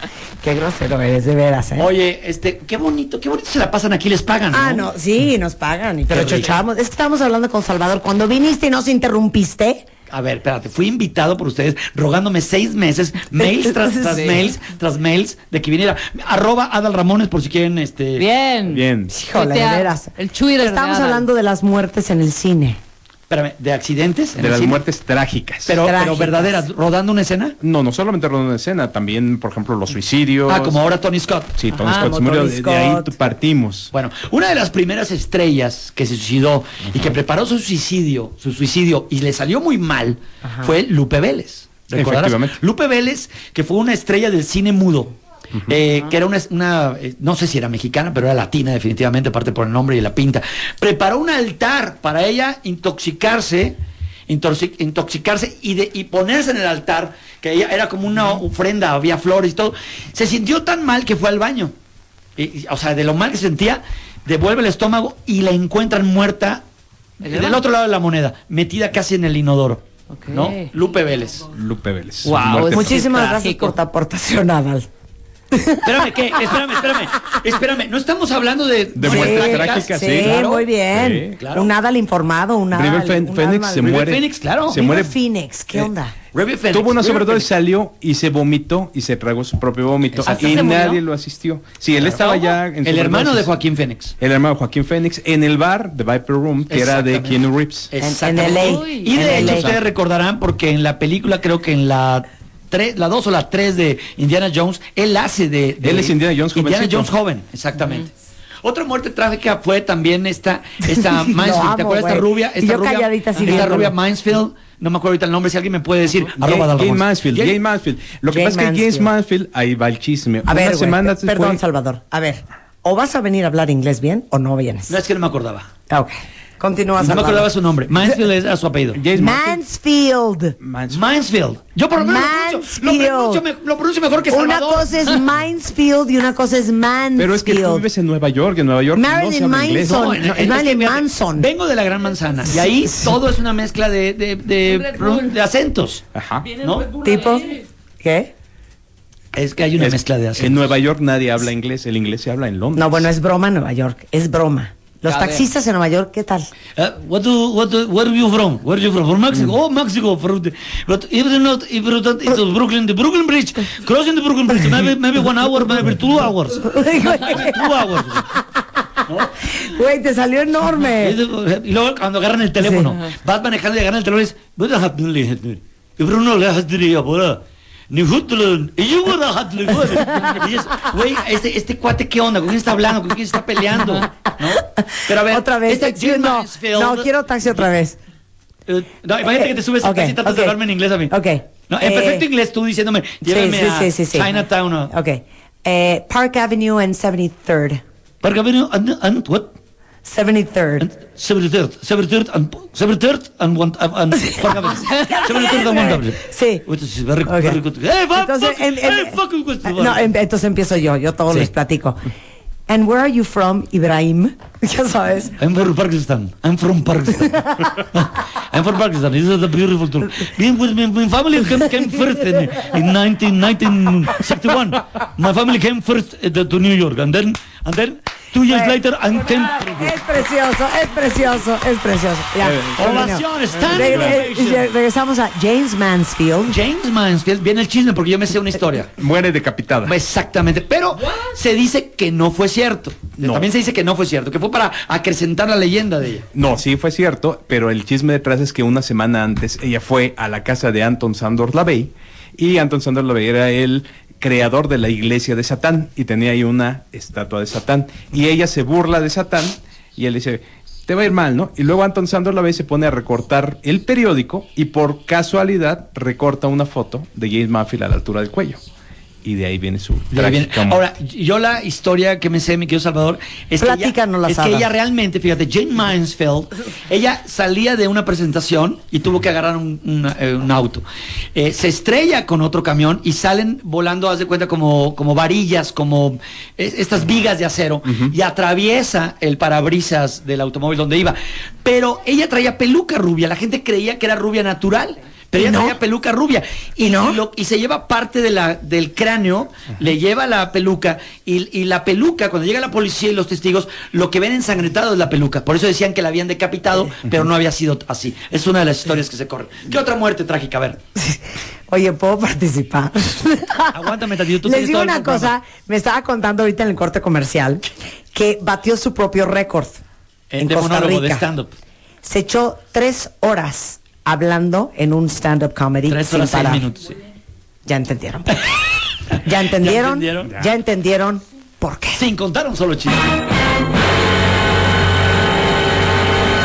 [SPEAKER 3] Qué grosero eres, de veras, ¿eh?
[SPEAKER 2] Oye, este, qué bonito, qué bonito se la pasan aquí, les pagan, ¿no?
[SPEAKER 3] Ah, no, sí, nos pagan y te
[SPEAKER 2] Qué
[SPEAKER 3] lo
[SPEAKER 2] rico.
[SPEAKER 3] chochamos. Es que estábamos hablando con Salvador. Cuando viniste y nos interrumpiste,
[SPEAKER 2] A ver, espérate, fui invitado por ustedes, rogándome seis meses, mails tras, tras
[SPEAKER 3] Sí.
[SPEAKER 2] mails, tras mails, de que viniera. Arroba Adal Ramones por si quieren, este...
[SPEAKER 5] Oh, Bien.
[SPEAKER 6] Bien.
[SPEAKER 3] híjole, de
[SPEAKER 5] Tuitea,
[SPEAKER 3] veras.
[SPEAKER 5] el Twitter de
[SPEAKER 3] Estábamos
[SPEAKER 5] Adal.
[SPEAKER 3] hablando de las muertes en el cine.
[SPEAKER 2] Espérame, de accidentes. en
[SPEAKER 6] De
[SPEAKER 2] el
[SPEAKER 6] las
[SPEAKER 2] cine?
[SPEAKER 6] muertes trágicas.
[SPEAKER 2] Pero, pero
[SPEAKER 3] trágicas.
[SPEAKER 2] verdaderas, rodando una escena.
[SPEAKER 6] No, no solamente rodando en escena, también, por ejemplo, los suicidios.
[SPEAKER 2] Ah, como ahora Tony Scott.
[SPEAKER 6] Sí, Tony
[SPEAKER 3] Ajá,
[SPEAKER 6] Scott se
[SPEAKER 3] como
[SPEAKER 6] murió.
[SPEAKER 3] Tony
[SPEAKER 6] De, de ahí
[SPEAKER 3] Ah, Scott.
[SPEAKER 6] tú partimos.
[SPEAKER 2] Bueno, una de las primeras estrellas que se suicidó y que preparó su suicidio, su suicidio y le salió muy mal fue Lupe Vélez. ¿Recordarás?
[SPEAKER 6] Efectivamente.
[SPEAKER 2] Lupe Vélez, que fue una estrella del cine mudo. eh, que era una, una, eh, no sé si era mexicana, pero era latina definitivamente, aparte por el nombre y la pinta. Preparó un altar para ella intoxicarse, intoxi- intoxicarse y, de, y ponerse en el altar, que ella era como una ofrenda, había flores y todo. Se sintió tan mal que fue al baño. Y- y, o sea, de lo mal que se sentía, devuelve el estómago y la encuentran muerta
[SPEAKER 5] ¿En el
[SPEAKER 2] del
[SPEAKER 5] baño?
[SPEAKER 2] otro lado de la moneda, metida casi en el inodoro.
[SPEAKER 5] Ok.
[SPEAKER 2] ¿No? Lupe Vélez.
[SPEAKER 6] Lupe Vélez.
[SPEAKER 2] Wow,
[SPEAKER 6] Muerte-
[SPEAKER 5] Muchis-
[SPEAKER 3] Muchísimas
[SPEAKER 5] Qué
[SPEAKER 3] gracias
[SPEAKER 5] trágico.
[SPEAKER 3] por tu aportación, Adal.
[SPEAKER 2] Espérame, ¿qué? Espérame, espérame. Espérame, no estamos hablando de.
[SPEAKER 6] De
[SPEAKER 2] Sí,
[SPEAKER 6] muertes
[SPEAKER 2] trágicas.
[SPEAKER 6] trágicas,
[SPEAKER 3] Sí,
[SPEAKER 6] sí, claro.
[SPEAKER 3] muy bien.
[SPEAKER 6] Sí,
[SPEAKER 2] claro.
[SPEAKER 3] Un Adal informado, un Adal.
[SPEAKER 6] River
[SPEAKER 3] un
[SPEAKER 6] Fen-
[SPEAKER 3] Adal
[SPEAKER 6] Fénix se
[SPEAKER 3] mal-
[SPEAKER 6] muere.
[SPEAKER 2] Phoenix, claro.
[SPEAKER 6] Se
[SPEAKER 2] River
[SPEAKER 6] muere.
[SPEAKER 3] River Phoenix, ¿qué
[SPEAKER 6] Eh,
[SPEAKER 3] onda?
[SPEAKER 2] Ruby Phoenix,
[SPEAKER 6] Tuvo una
[SPEAKER 2] Ruby
[SPEAKER 6] sobredosis,
[SPEAKER 2] Phoenix.
[SPEAKER 6] salió y se vomitó y se tragó su propio vómito.
[SPEAKER 5] Exacto.
[SPEAKER 6] Y
[SPEAKER 5] ¿Se murió?
[SPEAKER 6] nadie lo asistió. Sí, él estaba ya en
[SPEAKER 2] El hermano de
[SPEAKER 6] sobredosis.
[SPEAKER 2] Joaquín Fénix.
[SPEAKER 6] El hermano de Joaquín Fénix en el bar de Viper Room, que era de
[SPEAKER 2] Exactamente. Eh,
[SPEAKER 6] Keanu Reeves.
[SPEAKER 3] en
[SPEAKER 2] Exactamente.
[SPEAKER 3] LA.
[SPEAKER 5] Uy,
[SPEAKER 2] Y de
[SPEAKER 3] en
[SPEAKER 2] hecho,
[SPEAKER 3] LA.
[SPEAKER 2] ustedes recordarán, porque en la película, creo que en la. tres- la 2 o la 3 de Indiana Jones, él hace de, de-
[SPEAKER 6] Él es Indiana Jones
[SPEAKER 2] Indiana
[SPEAKER 6] jovencito.
[SPEAKER 2] Jones joven, exactamente. Otra muerte trágica fue también esta, esta Mansfield,
[SPEAKER 3] amo,
[SPEAKER 2] ¿te acuerdas? Esta
[SPEAKER 3] güey.
[SPEAKER 2] rubia,
[SPEAKER 3] Y
[SPEAKER 2] esta
[SPEAKER 3] yo
[SPEAKER 2] rubia,
[SPEAKER 3] calladita así
[SPEAKER 2] esta
[SPEAKER 3] viéndolo.
[SPEAKER 2] rubia Mansfield, no me acuerdo ahorita el nombre, si alguien me puede decir,
[SPEAKER 6] Jane
[SPEAKER 2] arroba Adal
[SPEAKER 6] Jane
[SPEAKER 2] Ramones.
[SPEAKER 6] Mansfield,
[SPEAKER 2] Jane-
[SPEAKER 6] Jane Mansfield. Lo que
[SPEAKER 3] Jane
[SPEAKER 6] pasa es que James
[SPEAKER 3] Mansfield.
[SPEAKER 6] Mansfield, ahí va el chisme.
[SPEAKER 3] A ver,
[SPEAKER 6] Unas
[SPEAKER 3] güey,
[SPEAKER 6] semanas
[SPEAKER 3] pe- perdón,
[SPEAKER 6] después-
[SPEAKER 3] Salvador. A ver, o vas a venir a hablar inglés bien o no vienes.
[SPEAKER 2] No, es que no me acordaba.
[SPEAKER 3] Ah, ok. Continúa,
[SPEAKER 2] No me
[SPEAKER 3] Salvador.
[SPEAKER 2] acordaba su nombre. Mansfield era su apellido.
[SPEAKER 6] James Mansfield.
[SPEAKER 3] Mansfield.
[SPEAKER 6] Mansfield.
[SPEAKER 2] Mansfield. Yo por lo menos lo pronuncio- lo
[SPEAKER 3] Mansfield.
[SPEAKER 2] pronuncio, me- lo pronuncio mejor que
[SPEAKER 3] Una
[SPEAKER 2] Salvador.
[SPEAKER 3] cosa es Mansfield y una cosa es Mansfield.
[SPEAKER 6] Pero es que tú vives en Nueva York, en Nueva York no se
[SPEAKER 3] Marilyn
[SPEAKER 6] habla inglés.
[SPEAKER 3] Manson.
[SPEAKER 2] No, en-
[SPEAKER 3] No,
[SPEAKER 2] en-
[SPEAKER 3] Marilyn
[SPEAKER 2] es que, fíjate,
[SPEAKER 3] Manson.
[SPEAKER 2] Vengo de la Gran Manzana y ahí todo es una mezcla de, de, de- de acentos,
[SPEAKER 6] Ajá.
[SPEAKER 2] ¿no?
[SPEAKER 3] ¿Tipo? ¿Qué?
[SPEAKER 2] Es que hay una
[SPEAKER 6] Es-
[SPEAKER 2] mezcla de
[SPEAKER 6] en
[SPEAKER 2] acentos.
[SPEAKER 6] Nueva York nadie habla inglés, el inglés se habla en Londres.
[SPEAKER 3] No, bueno, es broma Nueva York. Es broma. Los
[SPEAKER 2] A ver.
[SPEAKER 3] taxistas en Nueva York, ¿qué tal?
[SPEAKER 2] Eh, what do, what do- where are you from? Where are you from? From Mexico?
[SPEAKER 3] Mm.
[SPEAKER 2] Oh, Mexico. From the, but if you not, if you not, it's Brooklyn, the Brooklyn Bridge. Crossing the Brooklyn Bridge, maybe, maybe one hour, maybe two hours. Maybe two hours.
[SPEAKER 3] Güey, te salió
[SPEAKER 2] Es
[SPEAKER 3] enorme.
[SPEAKER 2] de- Y luego cuando agarran el teléfono, vas manejando y agarran el teléfono y dices, "Voy a dejarle, dejarle". Y Bruno le dejas de ir ahora. Ni jutlo, y yo voy a dejarle, güey. Y dices, güey, este, este cuate, ¿qué onda? ¿Con quién está hablando? ¿Con quién está peleando? ¿No? Pero a ver,
[SPEAKER 3] otra vez.
[SPEAKER 2] esta
[SPEAKER 3] taxi,
[SPEAKER 2] Jim
[SPEAKER 3] no,
[SPEAKER 2] Mansfield-
[SPEAKER 3] no, quiero taxi otra vez.
[SPEAKER 2] Eh, no, imagínate que te subes a
[SPEAKER 3] Ok,
[SPEAKER 2] taxi y tratas de
[SPEAKER 3] ok.
[SPEAKER 2] hablarme en inglés a mí.
[SPEAKER 3] Ok.
[SPEAKER 2] No, en
[SPEAKER 3] Eh,
[SPEAKER 2] perfecto inglés tú diciéndome, llévame a Chinatown. o-
[SPEAKER 3] Ok. Eh, Park Avenue and 73rd.
[SPEAKER 2] Park Avenue and, and what?
[SPEAKER 3] 73rd.
[SPEAKER 2] And 73rd, 73rd and 73rd and one and, and Park Avenue. 73rd and one Avenue.
[SPEAKER 3] Sí.
[SPEAKER 2] Which is very,
[SPEAKER 3] Ok.
[SPEAKER 2] very good. Hey, fuck,
[SPEAKER 3] Entonces,
[SPEAKER 2] fuck,
[SPEAKER 3] em- em-
[SPEAKER 2] hey, fuck, fuck, fuck.
[SPEAKER 3] no, em- entonces empiezo yo, yo todo
[SPEAKER 2] Sí.
[SPEAKER 3] les platico. And where are you from, Ibrahim? Ya sabes.
[SPEAKER 2] I'm from Pakistan. I'm from Pakistan. I'm from Pakistan. This is a beautiful tour. Me- with me- My family came, came first in, in 19, 1961. My family came first uh, to New York, and then and then Two years later, I'm temporary.
[SPEAKER 3] Es precioso, es precioso, es precioso. Ya,
[SPEAKER 6] Eh,
[SPEAKER 3] terminó.
[SPEAKER 2] Ovaciones, standing
[SPEAKER 3] Regre-
[SPEAKER 2] ovation.
[SPEAKER 3] eh, regresamos a James Mansfield.
[SPEAKER 2] James Mansfield, viene el chisme porque yo me sé una historia.
[SPEAKER 6] Muere decapitada.
[SPEAKER 2] Exactamente, pero se dice que no fue cierto.
[SPEAKER 6] No.
[SPEAKER 2] También se dice que no fue cierto, que fue para acrecentar la leyenda de ella.
[SPEAKER 6] No, sí fue cierto, pero el chisme detrás es que una semana antes ella fue a la casa de Anton Sandor Lavey y Anton Sandor Lavey era el creador de la iglesia de Satán y tenía ahí una estatua de Satán y ella se burla de Satán y él dice, te va a ir mal, ¿no? Y luego Anton Sandor Lavey se pone a recortar el periódico y por casualidad recorta una foto de James Manfield a la altura del cuello. Y de ahí viene su...
[SPEAKER 2] De ahí viene.
[SPEAKER 6] trágica muerte.
[SPEAKER 2] Ahora, yo la historia que me sé, mi querido Salvador, es que, ella,
[SPEAKER 3] Platícanosla,
[SPEAKER 2] es que
[SPEAKER 3] Sara.
[SPEAKER 2] ella realmente, fíjate, Jane Mansfield, ella salía de una presentación y tuvo que agarrar un, una- eh, un auto. Eh, se estrella con otro camión y salen volando, haz de cuenta, como, como varillas, como eh, estas vigas de acero, y atraviesa el parabrisas del automóvil donde iba. Pero ella traía peluca rubia, la gente creía que era rubia natural. Pero ella traía peluca rubia. Y, no? y, lo- y se lleva parte de la, del cráneo, le lleva la peluca, y, y la peluca, cuando llega la policía y los testigos, lo que ven ensangrentado es la peluca. Por eso decían que la habían decapitado, pero no había sido así. Es una de las historias que se corren. ¿Qué otra muerte trágica? A ver.
[SPEAKER 3] Oye, ¿puedo participar?
[SPEAKER 2] Aguántame tantito, tú
[SPEAKER 3] Les
[SPEAKER 2] tienes todo
[SPEAKER 3] digo
[SPEAKER 2] el
[SPEAKER 3] una
[SPEAKER 2] programa.
[SPEAKER 3] cosa, me estaba contando ahorita en el corte comercial que batió su propio récord en
[SPEAKER 2] Eh, de
[SPEAKER 3] Costa
[SPEAKER 2] monólogo, de
[SPEAKER 3] Rica.
[SPEAKER 2] stand-up.
[SPEAKER 3] Se echó tres horas hablando en un stand-up comedy
[SPEAKER 2] Tres
[SPEAKER 3] sin
[SPEAKER 2] horas, seis
[SPEAKER 3] parar.
[SPEAKER 2] minutos. sí.
[SPEAKER 3] Ya entendieron. ya entendieron.
[SPEAKER 2] Ya
[SPEAKER 3] ya
[SPEAKER 2] entendieron.
[SPEAKER 3] entendieron. por qué.
[SPEAKER 2] Sin contar un solo chiste.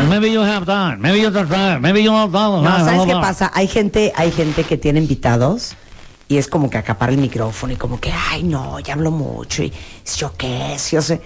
[SPEAKER 7] Maybe you have time. Maybe you don't drive. Maybe you don't
[SPEAKER 2] Ah,
[SPEAKER 7] drive.
[SPEAKER 3] Ah, No, ¿sabes qué pasa? Hay gente, hay gente que tiene invitados y es como que acapar el micrófono y como que, ay, no, ya hablo mucho y si yo qué, si yo sé.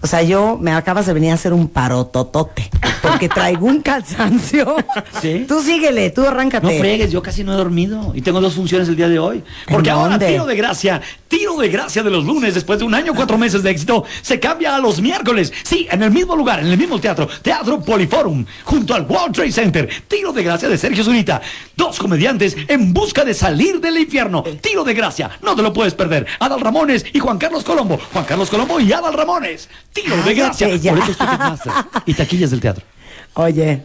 [SPEAKER 3] O sea, yo me acabas de venir a hacer un parototote porque traigo un cansancio.
[SPEAKER 2] Sí.
[SPEAKER 3] Tú síguele, tú
[SPEAKER 2] No
[SPEAKER 3] arráncate.
[SPEAKER 2] fregues, yo casi no he dormido y tengo dos funciones el día de hoy. Porque
[SPEAKER 3] ¿En
[SPEAKER 2] ahora
[SPEAKER 3] dónde?
[SPEAKER 2] tiro de gracia, tiro de gracia de los lunes después de un año cuatro meses de éxito se cambia a los miércoles. Sí, en el mismo lugar, en el mismo teatro, Teatro Poliforum, junto al World Trade Center. Tiro de gracia de Sergio Zurita. Dos comediantes en busca de salir del infierno. Tiro de gracia, no te lo puedes perder. Adal Ramones y Juan Carlos Colombo. Juan Carlos Colombo y Adal Ramones. Tiro de
[SPEAKER 3] Cállate
[SPEAKER 2] gracia.
[SPEAKER 3] ya.
[SPEAKER 2] Boletos Ticketmaster y taquillas del teatro.
[SPEAKER 3] Oye,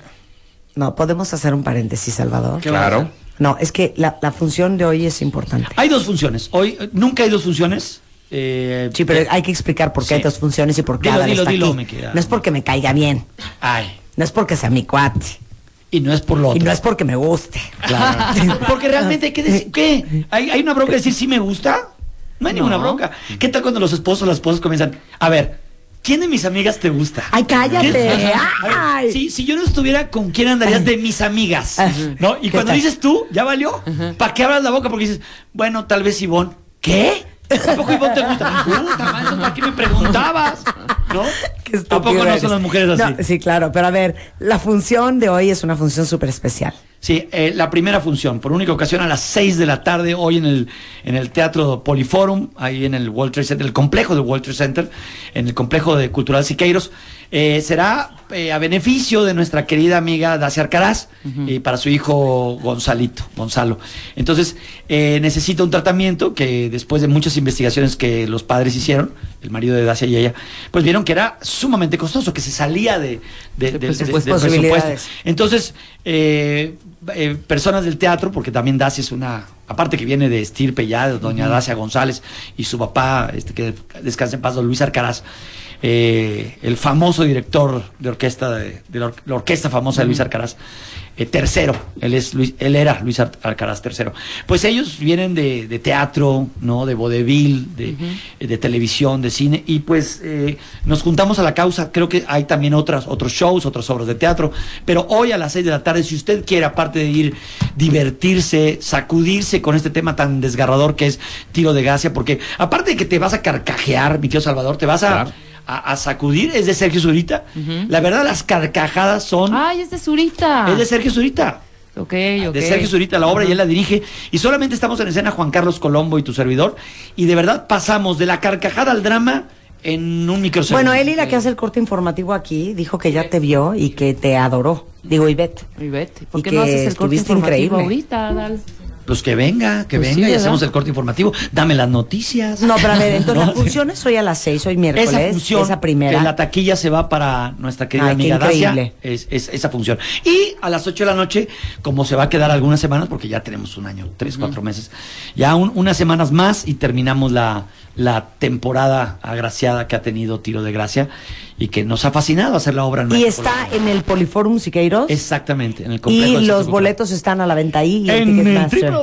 [SPEAKER 3] no, podemos hacer un paréntesis, Salvador.
[SPEAKER 2] ¿Qué vas a
[SPEAKER 6] Claro.
[SPEAKER 2] hacer?
[SPEAKER 3] No, es que la, la función de hoy es importante.
[SPEAKER 2] Hay dos funciones. Hoy eh, nunca hay dos funciones. Eh,
[SPEAKER 3] Sí, pero hay que explicar por qué
[SPEAKER 2] Sí.
[SPEAKER 3] hay dos funciones y por qué
[SPEAKER 2] Dilo,
[SPEAKER 3] Adal
[SPEAKER 2] dilo,
[SPEAKER 3] está
[SPEAKER 2] dilo,
[SPEAKER 3] aquí.
[SPEAKER 2] mi querida.
[SPEAKER 3] No es porque me caiga bien,
[SPEAKER 2] Ay,
[SPEAKER 3] no es porque sea mi cuate.
[SPEAKER 2] y no es por lo
[SPEAKER 3] Y
[SPEAKER 2] otro.
[SPEAKER 3] no es porque me guste.
[SPEAKER 2] Porque realmente hay que decir, ¿qué? ¿Hay, hay una bronca de decir si me gusta? No hay ninguna bronca. ¿Qué tal cuando los esposos o las esposas comienzan? A ver, ¿quién de mis amigas te gusta?
[SPEAKER 3] Ay, cállate.
[SPEAKER 2] ¿Qué- A ver,
[SPEAKER 3] Ay.
[SPEAKER 2] Si, si yo no estuviera, ¿con quién andarías de mis amigas? ¿No? Y
[SPEAKER 3] ¿Qué
[SPEAKER 2] cuando
[SPEAKER 3] tal?
[SPEAKER 2] dices tú, ¿ya valió? ¿Para qué abras la boca? Porque dices, bueno, tal vez Ivonne. ¿Qué? ¿A poco Ivonne te gusta? Puta, madre, ¿para qué me preguntabas? ¿No?
[SPEAKER 3] Qué
[SPEAKER 2] ¿A
[SPEAKER 3] estúpido
[SPEAKER 2] poco no
[SPEAKER 3] eres.
[SPEAKER 2] son las mujeres así?
[SPEAKER 3] No, sí, claro, pero a ver, la función de hoy es una función súper especial.
[SPEAKER 2] Sí, eh, la primera función, por única ocasión a las 6 de la tarde, hoy en el, en el Teatro Poliforum, ahí en el World Trade Center, el complejo del World Trade Center, en el complejo de Cultural Siqueiros, eh, será eh, a beneficio de nuestra querida amiga Dacia Arcaraz y para su hijo Gonzalito, Gonzalo. Entonces, eh, necesita un tratamiento que después de muchas investigaciones que los padres hicieron, el marido de Dacia y ella, pues vieron que era sumamente costoso, que se salía de, de- de- de- de-
[SPEAKER 3] presupuesto.
[SPEAKER 2] del
[SPEAKER 3] Posibilidades.
[SPEAKER 2] presupuesto. Entonces, eh, eh, personas del teatro, porque también Dacia es una, aparte que viene de estirpe ya, de doña Dacia González y su papá, este, que descansa en paz, don Luis Arcaraz, eh, el famoso director de orquesta, de, de la, or- la orquesta famosa de Luis Arcaraz, eh, tercero, él, es Luis- él era Luis Ar- Arcaraz tercero. Pues ellos vienen de, de teatro, ¿no? de vodevil, de, eh, de televisión, de cine, y pues eh, nos juntamos a la causa. Creo que hay también otras, otros shows, otras obras de teatro, pero hoy a las 6 de la tarde, si usted quiere, aparte de ir, divertirse, sacudirse con este tema tan desgarrador que es tiro de gracia, porque aparte de que te vas a carcajear, mi tío Salvador, te vas a...
[SPEAKER 6] Claro.
[SPEAKER 2] a- a sacudir, es de Sergio Zurita. La verdad, las carcajadas son.
[SPEAKER 5] Ay, es de Zurita.
[SPEAKER 2] Es de Sergio Zurita.
[SPEAKER 5] Ok, ok.
[SPEAKER 2] De Sergio Zurita la obra y él la dirige. Y solamente estamos en escena Juan Carlos Colombo y tu servidor. Y de verdad pasamos de la carcajada al drama en un microsegundo.
[SPEAKER 3] Bueno, Eli, la que hace el corte informativo aquí, dijo que ya te vio y que te adoró. Digo, Ivette.
[SPEAKER 5] Ivette, ¿por
[SPEAKER 3] Y
[SPEAKER 5] qué no
[SPEAKER 3] que
[SPEAKER 5] haces el corte
[SPEAKER 3] estuviste
[SPEAKER 5] informativo
[SPEAKER 3] increíble.
[SPEAKER 5] ahorita, Adal?
[SPEAKER 2] Pues que venga, que
[SPEAKER 5] Pues sí,
[SPEAKER 2] venga y
[SPEAKER 5] ¿verdad?
[SPEAKER 2] hacemos el corte informativo. Dame las noticias.
[SPEAKER 3] No, pero a ver, entonces
[SPEAKER 2] No,
[SPEAKER 3] la función es hoy a las seis, hoy miércoles.
[SPEAKER 2] Esa función,
[SPEAKER 3] esa primera.
[SPEAKER 2] que la taquilla se va para nuestra querida
[SPEAKER 3] Ay, qué
[SPEAKER 2] amiga Dacia.
[SPEAKER 3] increíble.
[SPEAKER 2] Es, es- esa función. Y a las 8 de la noche, como se va a quedar algunas semanas, porque ya tenemos un año, tres, cuatro meses, ya un- unas semanas más y terminamos la, la temporada agraciada que ha tenido Tiro de Gracia y que nos ha fascinado hacer la obra
[SPEAKER 3] y
[SPEAKER 2] nuestra.
[SPEAKER 3] está en el Poliforum Siqueiros.
[SPEAKER 2] Exactamente, en el complejo del
[SPEAKER 3] y
[SPEAKER 2] Centro
[SPEAKER 3] los
[SPEAKER 2] Cultural.
[SPEAKER 3] boletos están a la venta ahí y en
[SPEAKER 2] en el
[SPEAKER 3] Ticketmaster.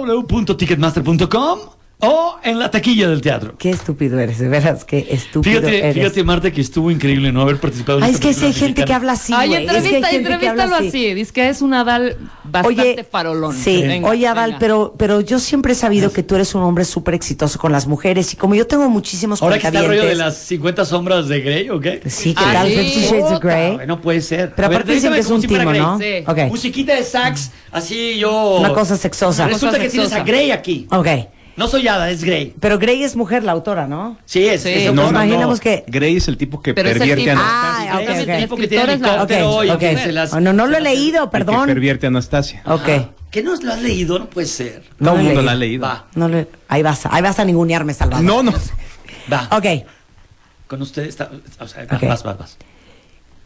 [SPEAKER 2] www.ticketmaster.com o en la taquilla del teatro.
[SPEAKER 3] Qué estúpido eres, de veras, qué estúpido
[SPEAKER 2] Fíjate,
[SPEAKER 3] eres.
[SPEAKER 2] fíjate, Marta, que estuvo increíble no haber participado en
[SPEAKER 3] Ay, es
[SPEAKER 2] esta
[SPEAKER 3] que sí hay
[SPEAKER 2] película
[SPEAKER 3] gente que
[SPEAKER 2] mexicana.
[SPEAKER 3] habla así,
[SPEAKER 5] Ay,
[SPEAKER 3] güey. Es que hay
[SPEAKER 5] entrevista,
[SPEAKER 3] gente que habla
[SPEAKER 5] entrevístalo así. Dice que es un Adal bastante farolón.
[SPEAKER 3] Sí,
[SPEAKER 5] Venga,
[SPEAKER 3] oye, Adal,
[SPEAKER 5] venga.
[SPEAKER 3] pero, pero yo siempre he sabido que tú eres un hombre súper exitoso con las mujeres y como yo tengo muchísimos
[SPEAKER 2] Ahora que está el rollo de
[SPEAKER 3] cuentavientes-
[SPEAKER 2] las 50 sombras de Grey, ¿o qué?
[SPEAKER 3] Sí, ¿qué
[SPEAKER 5] Ah,
[SPEAKER 3] tal?
[SPEAKER 5] sí.
[SPEAKER 3] Fifty Shades of
[SPEAKER 5] Puta,
[SPEAKER 3] Grey.
[SPEAKER 2] No puede ser.
[SPEAKER 3] Pero
[SPEAKER 2] A ver,
[SPEAKER 3] aparte dicen que
[SPEAKER 2] déjame
[SPEAKER 3] es
[SPEAKER 2] como
[SPEAKER 3] un
[SPEAKER 2] si fuera
[SPEAKER 3] timo,
[SPEAKER 2] Grey.
[SPEAKER 3] ¿no?
[SPEAKER 5] Sí.
[SPEAKER 3] Ok,
[SPEAKER 2] Musiquita de sax, así yo.
[SPEAKER 3] Una cosa sexosa.
[SPEAKER 2] Resulta
[SPEAKER 5] Una cosa
[SPEAKER 2] que tienes a
[SPEAKER 5] sexosa.
[SPEAKER 2] Grey aquí.
[SPEAKER 3] ok.
[SPEAKER 2] No soy Ada, es Grey.
[SPEAKER 3] Pero Grey es mujer la autora, ¿no?
[SPEAKER 2] Sí, es.
[SPEAKER 5] Sí.
[SPEAKER 2] es otra.
[SPEAKER 6] No, no,
[SPEAKER 3] imaginamos
[SPEAKER 6] no.
[SPEAKER 3] que-
[SPEAKER 6] Grey es el tipo que
[SPEAKER 5] Pero es el
[SPEAKER 6] pervierte a
[SPEAKER 5] tipo-
[SPEAKER 6] Anastasia.
[SPEAKER 3] Ah, ok,
[SPEAKER 2] Es el
[SPEAKER 3] ok.
[SPEAKER 2] tipo que tiene el
[SPEAKER 5] Escritora es la-
[SPEAKER 3] Ok,
[SPEAKER 2] helicóptero y
[SPEAKER 3] ok.
[SPEAKER 2] que se las-
[SPEAKER 3] Oh, no, no lo he
[SPEAKER 2] se las-
[SPEAKER 3] leído,
[SPEAKER 6] El que
[SPEAKER 3] perdón.
[SPEAKER 6] pervierte a Anastasia.
[SPEAKER 3] Ok.
[SPEAKER 2] ¿Qué Ah, no lo has leído? No puede ser.
[SPEAKER 3] No
[SPEAKER 6] Todo
[SPEAKER 3] lo
[SPEAKER 6] el mundo
[SPEAKER 3] leí.
[SPEAKER 6] la ha leído.
[SPEAKER 2] Va,
[SPEAKER 3] No lo- ahí vas, ahí vas a ningunearme, Salvador.
[SPEAKER 6] No, no.
[SPEAKER 2] va.
[SPEAKER 3] Ok.
[SPEAKER 2] Con ustedes está. O sea, va,
[SPEAKER 3] Ok.
[SPEAKER 2] vas, vas, vas.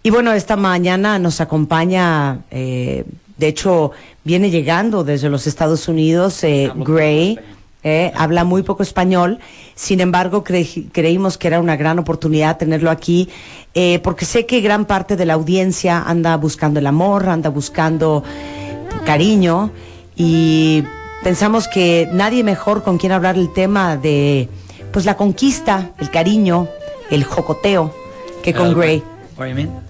[SPEAKER 3] Y bueno, esta mañana nos acompaña, eh, de hecho, viene llegando desde los Estados Unidos eh,
[SPEAKER 2] Habla poco
[SPEAKER 3] Gray.
[SPEAKER 2] español.
[SPEAKER 3] eh, habla muy poco español, sin embargo creí- creímos que era una gran oportunidad tenerlo aquí, eh, porque sé que gran parte de la audiencia anda buscando el amor, anda buscando cariño y pensamos que nadie mejor con quien hablar el tema de pues la conquista, el cariño, el jocoteo que con
[SPEAKER 2] Uh,
[SPEAKER 3] Gray.
[SPEAKER 2] What do you mean?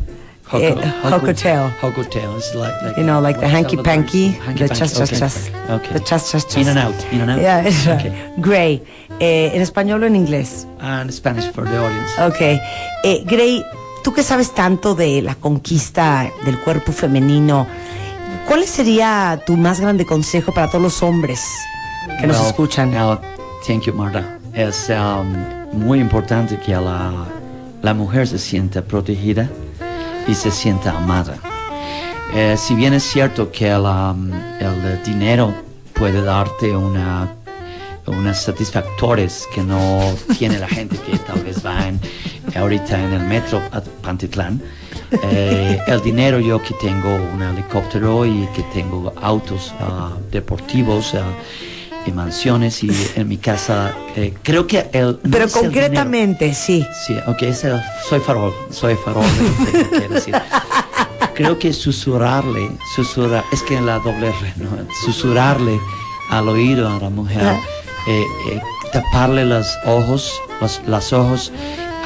[SPEAKER 3] Eh, hocotail.
[SPEAKER 2] Hocotail. It's like, like
[SPEAKER 3] You know, like the
[SPEAKER 2] what's
[SPEAKER 3] hanky
[SPEAKER 2] that other-
[SPEAKER 3] panky, the
[SPEAKER 2] panky,
[SPEAKER 3] chas chas
[SPEAKER 2] okay.
[SPEAKER 3] chas,
[SPEAKER 2] Okay.
[SPEAKER 3] the chas chas chas.
[SPEAKER 2] In and out, in and out.
[SPEAKER 3] Yeah, it's right.
[SPEAKER 2] Okay.
[SPEAKER 3] Grey, eh, en español o en inglés.
[SPEAKER 2] And Spanish for the audience.
[SPEAKER 3] Ok. Eh, Grey, tú que sabes tanto de la conquista del cuerpo femenino, ¿cuál sería tu más grande consejo para todos los hombres que nos
[SPEAKER 2] Well,
[SPEAKER 3] escuchan?
[SPEAKER 2] now, thank you, Marta. Es um, muy importante que la, la mujer se sienta protegida y se sienta amada. Eh, si bien es cierto que el, um, el dinero puede darte una, unas satisfactores que no tiene la gente que tal vez va en- ahorita en el metro a Pantitlán, eh, el dinero yo que tengo un helicóptero y que tengo autos ah, deportivos ah, y mansiones y en mi casa, eh, creo que el... no
[SPEAKER 3] Pero
[SPEAKER 2] es el dinero.
[SPEAKER 3] concretamente, sí.
[SPEAKER 2] Sí, ok, es el- soy farol, soy farol, de lo que quiero decir. Creo que susurrarle, susurrar, es que la doble R, ¿no? susurrarle al oído a la mujer,
[SPEAKER 3] Ajá.
[SPEAKER 2] eh, eh, taparle los ojos, los, las ojos,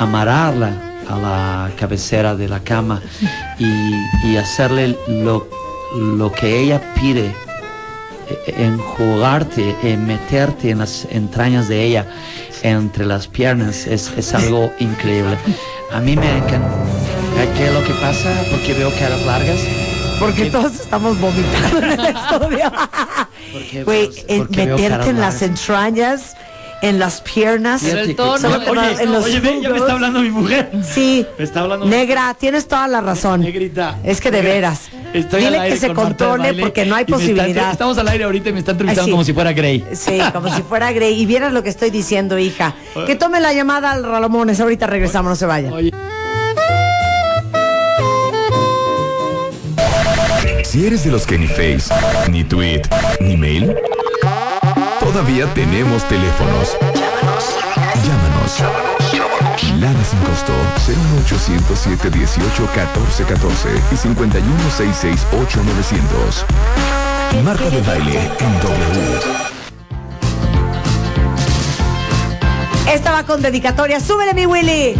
[SPEAKER 2] amarrarla a la cabecera de la cama y, y hacerle lo, lo que ella pide en jugarte, en meterte en las entrañas de ella, entre las piernas, es, es algo increíble. A mí me encanta. ¿Qué es lo que pasa? Porque veo caras largas.
[SPEAKER 3] Porque todos estamos vomitando en el estudio.
[SPEAKER 2] Porque,
[SPEAKER 3] Güey,
[SPEAKER 2] pues,
[SPEAKER 3] en-
[SPEAKER 2] porque veo caras
[SPEAKER 3] meterte en
[SPEAKER 2] largas.
[SPEAKER 3] las entrañas, en las piernas.
[SPEAKER 5] Pero el
[SPEAKER 2] Fíjate que-
[SPEAKER 5] tono,
[SPEAKER 2] Oye,
[SPEAKER 5] el-
[SPEAKER 2] oye,
[SPEAKER 3] en los
[SPEAKER 2] oye, ve, ya me
[SPEAKER 3] jugos.
[SPEAKER 2] está hablando mi mujer.
[SPEAKER 3] Sí.
[SPEAKER 2] Me está hablando.
[SPEAKER 3] Negra, tienes toda la razón.
[SPEAKER 2] Negrita.
[SPEAKER 3] Es que de
[SPEAKER 2] Negra,
[SPEAKER 3] veras.
[SPEAKER 2] Estoy al
[SPEAKER 3] Dile
[SPEAKER 2] aire
[SPEAKER 3] que se
[SPEAKER 2] con Marta de
[SPEAKER 3] controle
[SPEAKER 2] Baile
[SPEAKER 3] porque no hay
[SPEAKER 2] y me está entre-
[SPEAKER 3] posibilidad.
[SPEAKER 2] estamos al aire ahorita y me está entrevistando
[SPEAKER 3] Ay, sí.
[SPEAKER 2] como si fuera Grey.
[SPEAKER 3] Sí, como si fuera Grey. Y vieras lo que estoy diciendo, hija. Que tome la llamada al Ramones. Ahorita regresamos, no se vayan.
[SPEAKER 1] Si eres de los que ni Face, ni tweet, ni mail, todavía tenemos teléfonos. Llámanos. Lada sin costo 01807 18 14 14 y 51 668 900. Marta de baile en W.
[SPEAKER 3] Esta va con dedicatoria. ¡Súbele, mi Willy!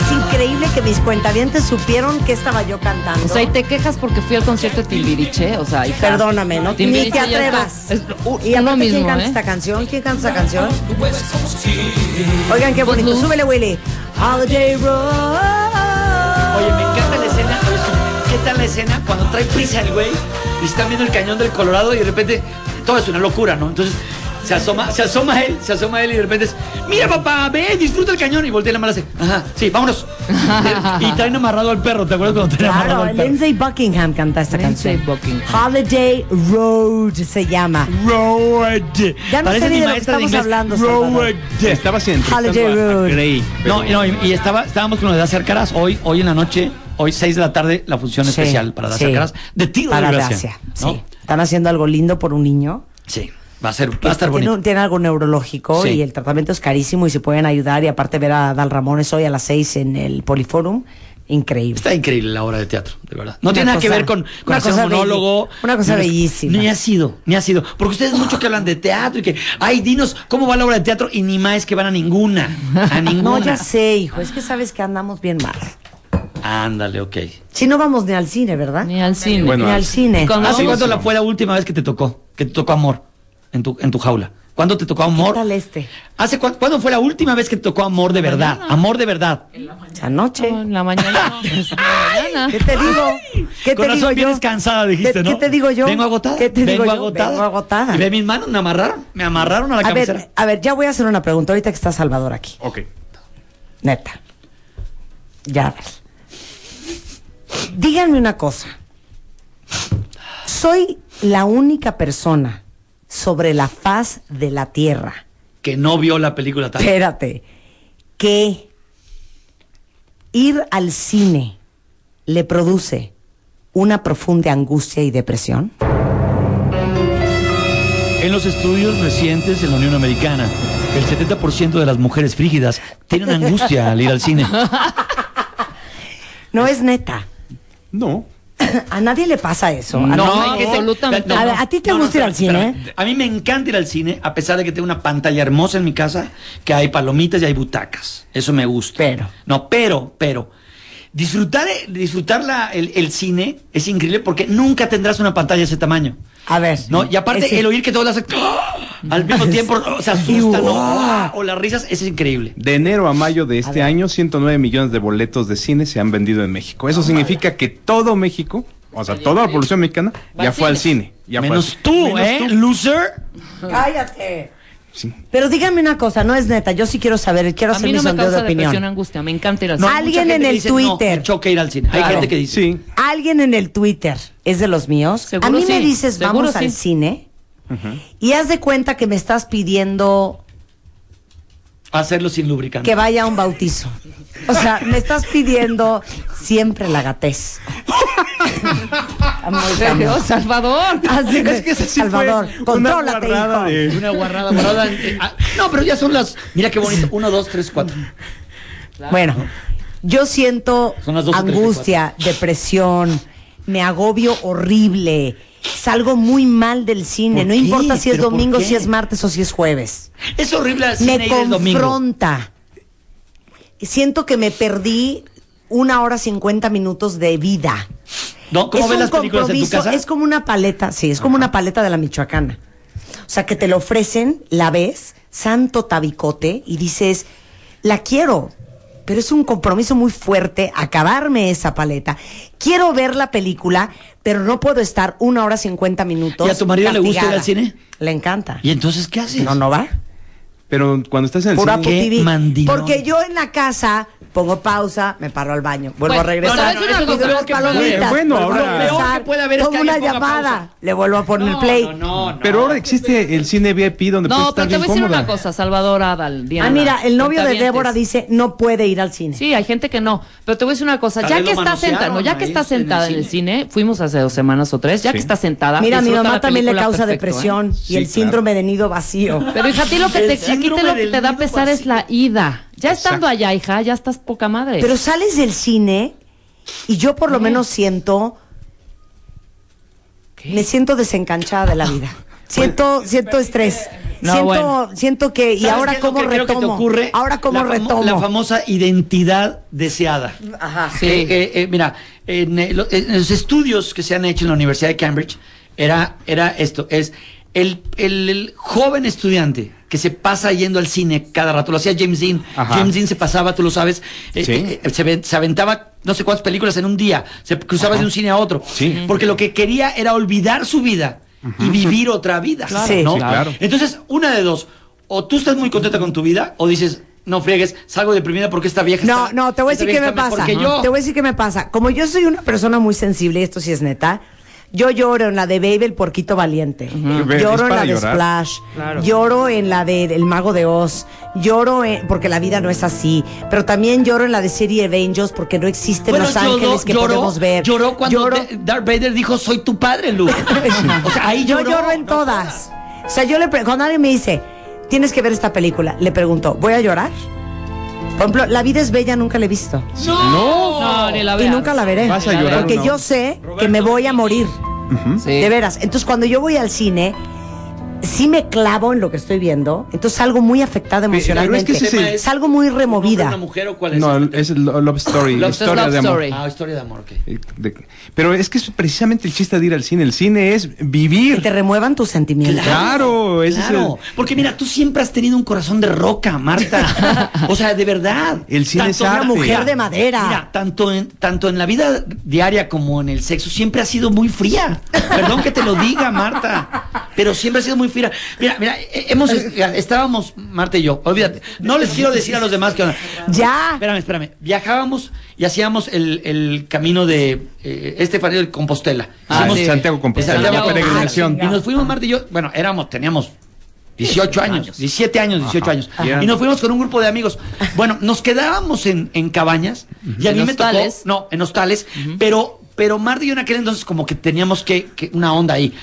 [SPEAKER 3] Es increíble que mis cuentavientes supieron que estaba yo cantando.
[SPEAKER 5] O sea, y te quejas porque fui al concierto de Timbiriche, o sea, hija.
[SPEAKER 3] Perdóname, ¿no? Ni
[SPEAKER 5] Timbiriche
[SPEAKER 3] te
[SPEAKER 5] ya está-
[SPEAKER 3] atrevas.
[SPEAKER 5] Es, u-
[SPEAKER 3] y
[SPEAKER 5] uno
[SPEAKER 3] aparte, ¿quién
[SPEAKER 5] mismo,
[SPEAKER 3] canta
[SPEAKER 5] ¿eh?
[SPEAKER 3] esta canción? ¿Quién canta esta canción? Oigan, qué
[SPEAKER 5] Pues,
[SPEAKER 3] bonito.
[SPEAKER 5] Lu.
[SPEAKER 3] Súbele, Willy. Holiday Road.
[SPEAKER 2] Oye, me encanta la escena. ¿Qué está en la escena cuando trae prisa el güey y están viendo el cañón del Colorado y de repente todo es una locura, ¿no? Entonces se asoma, se asoma él, se asoma él y de repente es, mira papá, ve, disfruta el cañón y voltea la mano hace, ajá, sí, vámonos. y traen amarrado al perro, ¿te acuerdas cuando traen amarrado
[SPEAKER 3] Claro,
[SPEAKER 2] al perro?
[SPEAKER 3] Lindsay Buckingham canta esta
[SPEAKER 5] Lindsay
[SPEAKER 3] canción.
[SPEAKER 5] Buckingham.
[SPEAKER 3] Holiday Road se llama.
[SPEAKER 2] Road.
[SPEAKER 3] Ya no
[SPEAKER 2] Parece
[SPEAKER 3] sé ni
[SPEAKER 2] mi
[SPEAKER 3] de lo que
[SPEAKER 2] maestra
[SPEAKER 3] estamos
[SPEAKER 2] inglés.
[SPEAKER 3] hablando,
[SPEAKER 2] Road.
[SPEAKER 3] Salvador.
[SPEAKER 6] Estabas entrevistando
[SPEAKER 3] Holiday
[SPEAKER 6] a- a
[SPEAKER 3] Road.
[SPEAKER 6] Grey,
[SPEAKER 2] No,
[SPEAKER 6] pero-
[SPEAKER 2] no, y, y estaba, estábamos con lo de hacer caras hoy, hoy en la noche, hoy 6 de la tarde, la función
[SPEAKER 3] Sí,
[SPEAKER 2] especial para hacer
[SPEAKER 3] sí.
[SPEAKER 2] caras de tiro
[SPEAKER 3] Para
[SPEAKER 2] de
[SPEAKER 3] Dacia,
[SPEAKER 2] gracia. ¿no?
[SPEAKER 3] sí. Están haciendo algo lindo por un niño.
[SPEAKER 2] Sí, va a ser, va a estar
[SPEAKER 3] tiene,
[SPEAKER 2] bonito.
[SPEAKER 3] un- tiene algo neurológico
[SPEAKER 2] Sí.
[SPEAKER 3] y el tratamiento es carísimo y se pueden ayudar. Y aparte ver a Dal Ramones hoy a las 6 en el Poliforum. Increíble.
[SPEAKER 2] Está increíble la obra de teatro, de verdad. No
[SPEAKER 3] Una
[SPEAKER 2] tiene nada que
[SPEAKER 3] cosa-
[SPEAKER 2] ver con, con
[SPEAKER 3] una
[SPEAKER 2] hacer
[SPEAKER 3] cosa
[SPEAKER 2] un monólogo.
[SPEAKER 3] belli- una cosa
[SPEAKER 2] ni-
[SPEAKER 3] bellísima.
[SPEAKER 2] Ni ha sido, ni ha sido. Porque ustedes mucho que hablan de teatro y que, ay, dinos cómo va la obra de teatro y ni más que van a ninguna. A ninguna.
[SPEAKER 3] No, ya sé, hijo. Es que sabes que andamos bien mal.
[SPEAKER 2] Ándale, ok.
[SPEAKER 3] Si no vamos ni al cine, ¿verdad?
[SPEAKER 5] Ni al cine.
[SPEAKER 6] Bueno, ah,
[SPEAKER 3] Ni al cine.
[SPEAKER 5] Con-
[SPEAKER 2] ¿Hace
[SPEAKER 5] sí,
[SPEAKER 2] cuánto
[SPEAKER 6] sí.
[SPEAKER 2] la fue la última vez que te tocó? Que te tocó amor en tu, en tu jaula. ¿Cuándo te tocó amor?
[SPEAKER 3] ¿Qué tal este?
[SPEAKER 2] ¿Hace cuán- ¿Cuándo fue la última vez que te tocó amor de verdad? Amor de verdad.
[SPEAKER 3] Anoche.
[SPEAKER 5] No, en la mañana. no, pues, en la mañana.
[SPEAKER 3] ¿Qué te digo? ¿Qué
[SPEAKER 2] Con
[SPEAKER 3] te
[SPEAKER 2] razón
[SPEAKER 3] digo yo?
[SPEAKER 2] vienes cansada, dijiste,
[SPEAKER 3] ¿Qué-
[SPEAKER 2] ¿no?
[SPEAKER 3] ¿Qué te digo yo?
[SPEAKER 2] Vengo agotada.
[SPEAKER 3] ¿Qué te
[SPEAKER 2] vengo
[SPEAKER 3] digo yo?
[SPEAKER 2] agotada.
[SPEAKER 3] Vengo agotada.
[SPEAKER 2] Y ve mis manos, me amarraron. Me amarraron a la
[SPEAKER 3] A
[SPEAKER 2] cabecera.
[SPEAKER 3] ver, a ver, ya voy a hacer una pregunta ahorita que está Salvador aquí.
[SPEAKER 6] Ok.
[SPEAKER 3] Neta. Ya a ver. Díganme una cosa. Soy la única persona sobre la faz de la Tierra.
[SPEAKER 2] que no vio la película tal.
[SPEAKER 3] Espérate. Que ir al cine le produce una profunda angustia y depresión.
[SPEAKER 2] En los estudios recientes en la Unión Americana, el 70% de las mujeres frígidas tienen angustia al ir al cine.
[SPEAKER 3] No es neta.
[SPEAKER 6] No.
[SPEAKER 3] A nadie le pasa eso. A
[SPEAKER 5] No,
[SPEAKER 3] nadie-
[SPEAKER 5] absolutamente
[SPEAKER 3] A ver, ¿a ti te gusta ir al
[SPEAKER 2] espérame,
[SPEAKER 3] cine?
[SPEAKER 2] A mí me encanta ir al cine, a pesar de que tengo una pantalla hermosa en mi casa, que hay palomitas y hay butacas. Eso me gusta.
[SPEAKER 3] Pero.
[SPEAKER 2] No, pero, pero. Disfrutar, eh, disfrutar la- el, el cine es increíble porque nunca tendrás una pantalla de ese tamaño.
[SPEAKER 3] A ver.
[SPEAKER 2] No, y aparte
[SPEAKER 3] Ese-
[SPEAKER 2] el oír que todos las al mismo tiempo o se
[SPEAKER 3] Y-
[SPEAKER 2] asustan o, o las risas, eso es increíble.
[SPEAKER 6] De enero a mayo de este
[SPEAKER 3] ver.
[SPEAKER 6] año, 109 millones de boletos de cine se han vendido en México.
[SPEAKER 2] Ah,
[SPEAKER 6] Eso significa que todo México, o sea, toda la población mexicana,
[SPEAKER 5] Va
[SPEAKER 6] ya
[SPEAKER 5] al
[SPEAKER 6] fue al cine.
[SPEAKER 5] cine.
[SPEAKER 6] ya fue al
[SPEAKER 2] Menos
[SPEAKER 6] cine.
[SPEAKER 2] tú,
[SPEAKER 6] Menos
[SPEAKER 2] ¿eh?
[SPEAKER 6] tú.
[SPEAKER 2] Loser.
[SPEAKER 3] Cállate.
[SPEAKER 6] Sí.
[SPEAKER 3] Pero dígame una cosa, no es neta, yo sí quiero saber, quiero
[SPEAKER 5] A
[SPEAKER 3] hacer
[SPEAKER 5] mí
[SPEAKER 3] mi
[SPEAKER 5] no me
[SPEAKER 3] sondeo de
[SPEAKER 5] causa depresión,
[SPEAKER 3] opinión.
[SPEAKER 5] angustia. Me encanta ir al
[SPEAKER 2] No,
[SPEAKER 5] cine.
[SPEAKER 2] mucha
[SPEAKER 3] Alguien
[SPEAKER 2] gente
[SPEAKER 3] en
[SPEAKER 2] que
[SPEAKER 3] el
[SPEAKER 2] dice, "No,
[SPEAKER 3] Twitter".
[SPEAKER 2] me choca ir al cine. Hay
[SPEAKER 5] Claro.
[SPEAKER 2] gente que dice.
[SPEAKER 6] Sí.
[SPEAKER 3] Alguien en el Twitter es de los míos.
[SPEAKER 5] Seguro
[SPEAKER 3] a mí me
[SPEAKER 5] sí,
[SPEAKER 3] dices,
[SPEAKER 5] seguro
[SPEAKER 3] vamos
[SPEAKER 5] sí.
[SPEAKER 3] al cine y haz de cuenta que me estás pidiendo
[SPEAKER 2] Hacerlo sin lubricante.
[SPEAKER 3] que vaya a un bautizo. O sea, me estás pidiendo siempre la gatez. Está muy
[SPEAKER 5] Pero,
[SPEAKER 3] cañón.
[SPEAKER 5] Salvador.
[SPEAKER 3] Así
[SPEAKER 6] Es que ese sí fue
[SPEAKER 3] Salvador,
[SPEAKER 6] una
[SPEAKER 3] contrólate,
[SPEAKER 6] guarrada
[SPEAKER 3] hijo.
[SPEAKER 6] de-
[SPEAKER 2] Una guarrada, guarrada. eh, ah, no, pero ya son las. Mira qué bonito. Uno, dos, tres, cuatro.
[SPEAKER 3] Bueno, yo siento
[SPEAKER 2] Son las 12:34.
[SPEAKER 3] angustia, depresión, me agobio horrible, salgo muy mal del cine,
[SPEAKER 2] ¿Por
[SPEAKER 3] no
[SPEAKER 2] qué?
[SPEAKER 3] importa si es
[SPEAKER 2] ¿Pero por
[SPEAKER 3] domingo,
[SPEAKER 2] qué?
[SPEAKER 3] si es martes o si es jueves.
[SPEAKER 2] Es horrible al cine
[SPEAKER 3] Me
[SPEAKER 2] ir el domingo.
[SPEAKER 3] confronta. Siento que me perdí una hora cincuenta minutos de vida.
[SPEAKER 2] ¿No? ¿Cómo
[SPEAKER 3] Es
[SPEAKER 2] ves
[SPEAKER 3] un
[SPEAKER 2] las películas en tu
[SPEAKER 3] compromiso,
[SPEAKER 2] casa?
[SPEAKER 3] Es como una paleta, sí, es como una paleta de la michoacana. O sea, que te la ofrecen, la ves, santo tabicote, y dices, la quiero. Pero es un compromiso muy fuerte acabarme esa paleta. Quiero ver la película, pero no puedo estar una hora cincuenta minutos.
[SPEAKER 2] ¿Y a tu marido le gusta ir al
[SPEAKER 3] castigada.
[SPEAKER 2] cine?
[SPEAKER 3] Le encanta.
[SPEAKER 2] ¿Y entonces qué haces?
[SPEAKER 3] No, no va.
[SPEAKER 6] Pero cuando estás en el
[SPEAKER 3] Por
[SPEAKER 6] cine,
[SPEAKER 3] Apple
[SPEAKER 2] qué
[SPEAKER 3] TV.
[SPEAKER 2] mandilón.
[SPEAKER 3] Porque yo en la casa pongo pausa, me paro al baño, vuelvo
[SPEAKER 5] Bueno,
[SPEAKER 3] a regresar.
[SPEAKER 5] no, no, no, eso es lo
[SPEAKER 3] pido
[SPEAKER 5] peor
[SPEAKER 3] unas
[SPEAKER 5] que-
[SPEAKER 3] palomitas, vuelvo
[SPEAKER 6] Bueno,
[SPEAKER 3] a
[SPEAKER 6] ahora- Lo
[SPEAKER 2] peor
[SPEAKER 3] regresar,
[SPEAKER 2] que puede haber es que
[SPEAKER 3] pongo una
[SPEAKER 2] alguien ponga
[SPEAKER 3] llamada,
[SPEAKER 2] pausa.
[SPEAKER 3] le vuelvo a poner
[SPEAKER 5] No,
[SPEAKER 3] play. Ah,
[SPEAKER 2] No, no, no.
[SPEAKER 6] Pero ahora existe el cine VIP donde puedes
[SPEAKER 5] No,
[SPEAKER 6] estar
[SPEAKER 5] pero te voy a
[SPEAKER 6] bien
[SPEAKER 5] decir una
[SPEAKER 6] cómoda.
[SPEAKER 5] cosa, Salvador Adal. Diana,
[SPEAKER 3] Ah, mira, el novio de
[SPEAKER 5] cuentavientes.
[SPEAKER 3] Débora dice no puede ir al cine.
[SPEAKER 5] Sí, hay gente que no. Pero te voy a decir una cosa.
[SPEAKER 2] Tal
[SPEAKER 5] Ya
[SPEAKER 2] vez
[SPEAKER 5] que
[SPEAKER 2] lo
[SPEAKER 5] está sentada, no, ya
[SPEAKER 2] manosearon
[SPEAKER 5] que
[SPEAKER 2] ahí
[SPEAKER 5] está
[SPEAKER 2] en el
[SPEAKER 5] sentada en el cine, fuimos hace dos semanas o tres, ya que
[SPEAKER 6] Sí.
[SPEAKER 5] está sentada.
[SPEAKER 3] Mira, a mi
[SPEAKER 5] disfruta
[SPEAKER 3] mamá
[SPEAKER 5] la
[SPEAKER 3] también le
[SPEAKER 5] película
[SPEAKER 3] causa
[SPEAKER 5] perfecto, ¿eh?
[SPEAKER 3] depresión
[SPEAKER 6] Sí,
[SPEAKER 3] y el
[SPEAKER 6] claro.
[SPEAKER 3] síndrome de nido vacío.
[SPEAKER 5] Pero hija, a ti lo que
[SPEAKER 2] El
[SPEAKER 5] te, aquí
[SPEAKER 2] síndrome
[SPEAKER 5] te, lo que
[SPEAKER 2] del
[SPEAKER 5] te da
[SPEAKER 2] nido
[SPEAKER 5] pesar es la ida. Ya estando allá, hija, ya estás poca madre.
[SPEAKER 3] Pero sales del cine y yo por lo menos siento,
[SPEAKER 5] ¿Qué?
[SPEAKER 3] me siento desencanchada de la vida.
[SPEAKER 6] Pues,
[SPEAKER 3] Siento,
[SPEAKER 2] Pues,
[SPEAKER 3] siento estrés.
[SPEAKER 5] No,
[SPEAKER 3] siento,
[SPEAKER 5] bueno.
[SPEAKER 3] siento que y
[SPEAKER 2] eh, ¿Sabes
[SPEAKER 3] ahora
[SPEAKER 2] qué es lo
[SPEAKER 3] cómo
[SPEAKER 2] que creo que te
[SPEAKER 3] retomo.
[SPEAKER 2] ocurre?
[SPEAKER 3] ahora cómo
[SPEAKER 2] La famo-
[SPEAKER 3] retomo.
[SPEAKER 2] La famosa identidad deseada.
[SPEAKER 3] Ajá.
[SPEAKER 5] Sí.
[SPEAKER 2] Eh, eh, eh, mira, en, eh, lo- en los estudios que se han hecho en la Universidad de Cambridge, era, era esto, es el, el- el joven estudiante que se pasa yendo al cine cada rato, lo hacía James Dean.
[SPEAKER 6] Ajá.
[SPEAKER 2] James Dean se pasaba, tú lo sabes, eh,
[SPEAKER 6] Sí.
[SPEAKER 2] eh, eh, se, ven- se aventaba no sé cuántas películas en un día, se cruzaba de un cine a otro.
[SPEAKER 6] Sí.
[SPEAKER 2] Porque lo que quería era olvidar su vida y vivir otra vida.
[SPEAKER 3] Sí.
[SPEAKER 2] ¿no?
[SPEAKER 6] Sí, claro.
[SPEAKER 2] Entonces, una de dos, o tú estás muy contenta con tu vida, o dices, no friegues, salgo deprimida porque esta vieja
[SPEAKER 3] No,
[SPEAKER 2] está-
[SPEAKER 3] no, te voy a
[SPEAKER 2] esta
[SPEAKER 3] decir qué
[SPEAKER 2] vieja
[SPEAKER 3] me
[SPEAKER 2] está mejor
[SPEAKER 3] pasa.
[SPEAKER 2] que yo.
[SPEAKER 3] Te voy a decir qué me pasa. Como yo soy una persona muy sensible, y esto sí es neta, yo lloro en la de Baby el porquito valiente.
[SPEAKER 6] ¿Es
[SPEAKER 3] Lloro en la
[SPEAKER 6] para
[SPEAKER 3] de
[SPEAKER 6] llorar?
[SPEAKER 3] Splash. Lloro en la de El mago de Oz. Lloro en- porque la vida no es así. Pero también lloro en la de City of Angels porque no existen
[SPEAKER 2] Bueno,
[SPEAKER 3] los
[SPEAKER 2] lloró-
[SPEAKER 3] ángeles que
[SPEAKER 2] lloró-
[SPEAKER 3] podemos ver.
[SPEAKER 2] Lloró cuando
[SPEAKER 3] Lloro-
[SPEAKER 2] D- Darth Vader dijo, soy tu padre, Luke. o sea, ahí
[SPEAKER 3] yo
[SPEAKER 2] lloró.
[SPEAKER 3] lloro en
[SPEAKER 2] No
[SPEAKER 3] todas. O sea, yo le pre- cuando alguien me dice, tienes que ver esta película, le pregunto, ¿voy a llorar? Por ejemplo, La vida es bella, nunca la he visto.
[SPEAKER 5] No, ni la
[SPEAKER 3] Y
[SPEAKER 5] veas.
[SPEAKER 3] nunca la veré.
[SPEAKER 6] Vas a llorar,
[SPEAKER 3] Porque
[SPEAKER 6] ¿no?
[SPEAKER 3] yo sé que me voy a morir.
[SPEAKER 5] Sí.
[SPEAKER 3] De veras. Entonces, cuando yo voy al cine, sí me clavo en lo que estoy viendo. Entonces, salgo muy afectada
[SPEAKER 6] Pero es que
[SPEAKER 3] emocionalmente.
[SPEAKER 6] ese es el-
[SPEAKER 2] es-
[SPEAKER 3] Salgo muy
[SPEAKER 2] ¿Un hombre,
[SPEAKER 3] removida.
[SPEAKER 2] una mujer o cuál es?
[SPEAKER 6] No, es el Lo- Love Story,
[SPEAKER 5] Love
[SPEAKER 6] historia
[SPEAKER 5] Love
[SPEAKER 6] de amor.
[SPEAKER 5] Story.
[SPEAKER 2] Ah, historia de amor, ok.
[SPEAKER 6] Eh, de- pero es que es precisamente el chiste de ir al cine. El cine es vivir.
[SPEAKER 3] Que te remuevan tus sentimientos.
[SPEAKER 6] Claro, ese es
[SPEAKER 2] claro.
[SPEAKER 6] el-
[SPEAKER 2] Porque mira, tú siempre has tenido un corazón de roca, Marta. o sea, de verdad.
[SPEAKER 6] El cine es
[SPEAKER 2] en la
[SPEAKER 6] arte.
[SPEAKER 3] Mujer de madera.
[SPEAKER 2] Mira, tanto en, tanto en la vida diaria como en el sexo, siempre ha sido muy fría. Perdón que te lo diga, Marta. Pero siempre ha sido muy fría. Mira, mira, eh, hemos, estábamos, Marta y yo, olvídate. No les quiero decir a los demás que.
[SPEAKER 3] Ya.
[SPEAKER 2] Espérame, espérame. Viajábamos y hacíamos el, el camino de eh, este farido de Compostela.
[SPEAKER 5] Ah,
[SPEAKER 2] Hicimos-
[SPEAKER 5] sí.
[SPEAKER 6] Santiago Compostela,
[SPEAKER 5] Santiago
[SPEAKER 6] la peregrinación.
[SPEAKER 2] Y nos fuimos, Marta y yo, bueno, éramos, teníamos 18 años, 17 años, 18 años.
[SPEAKER 6] Ajá.
[SPEAKER 2] Y nos fuimos con un grupo de amigos. Bueno, nos quedábamos en, en cabañas y a
[SPEAKER 5] En
[SPEAKER 2] mí me tocó,
[SPEAKER 5] hostales.
[SPEAKER 2] no, en hostales, pero pero Marta y yo en aquel entonces como que teníamos que, que una onda ahí.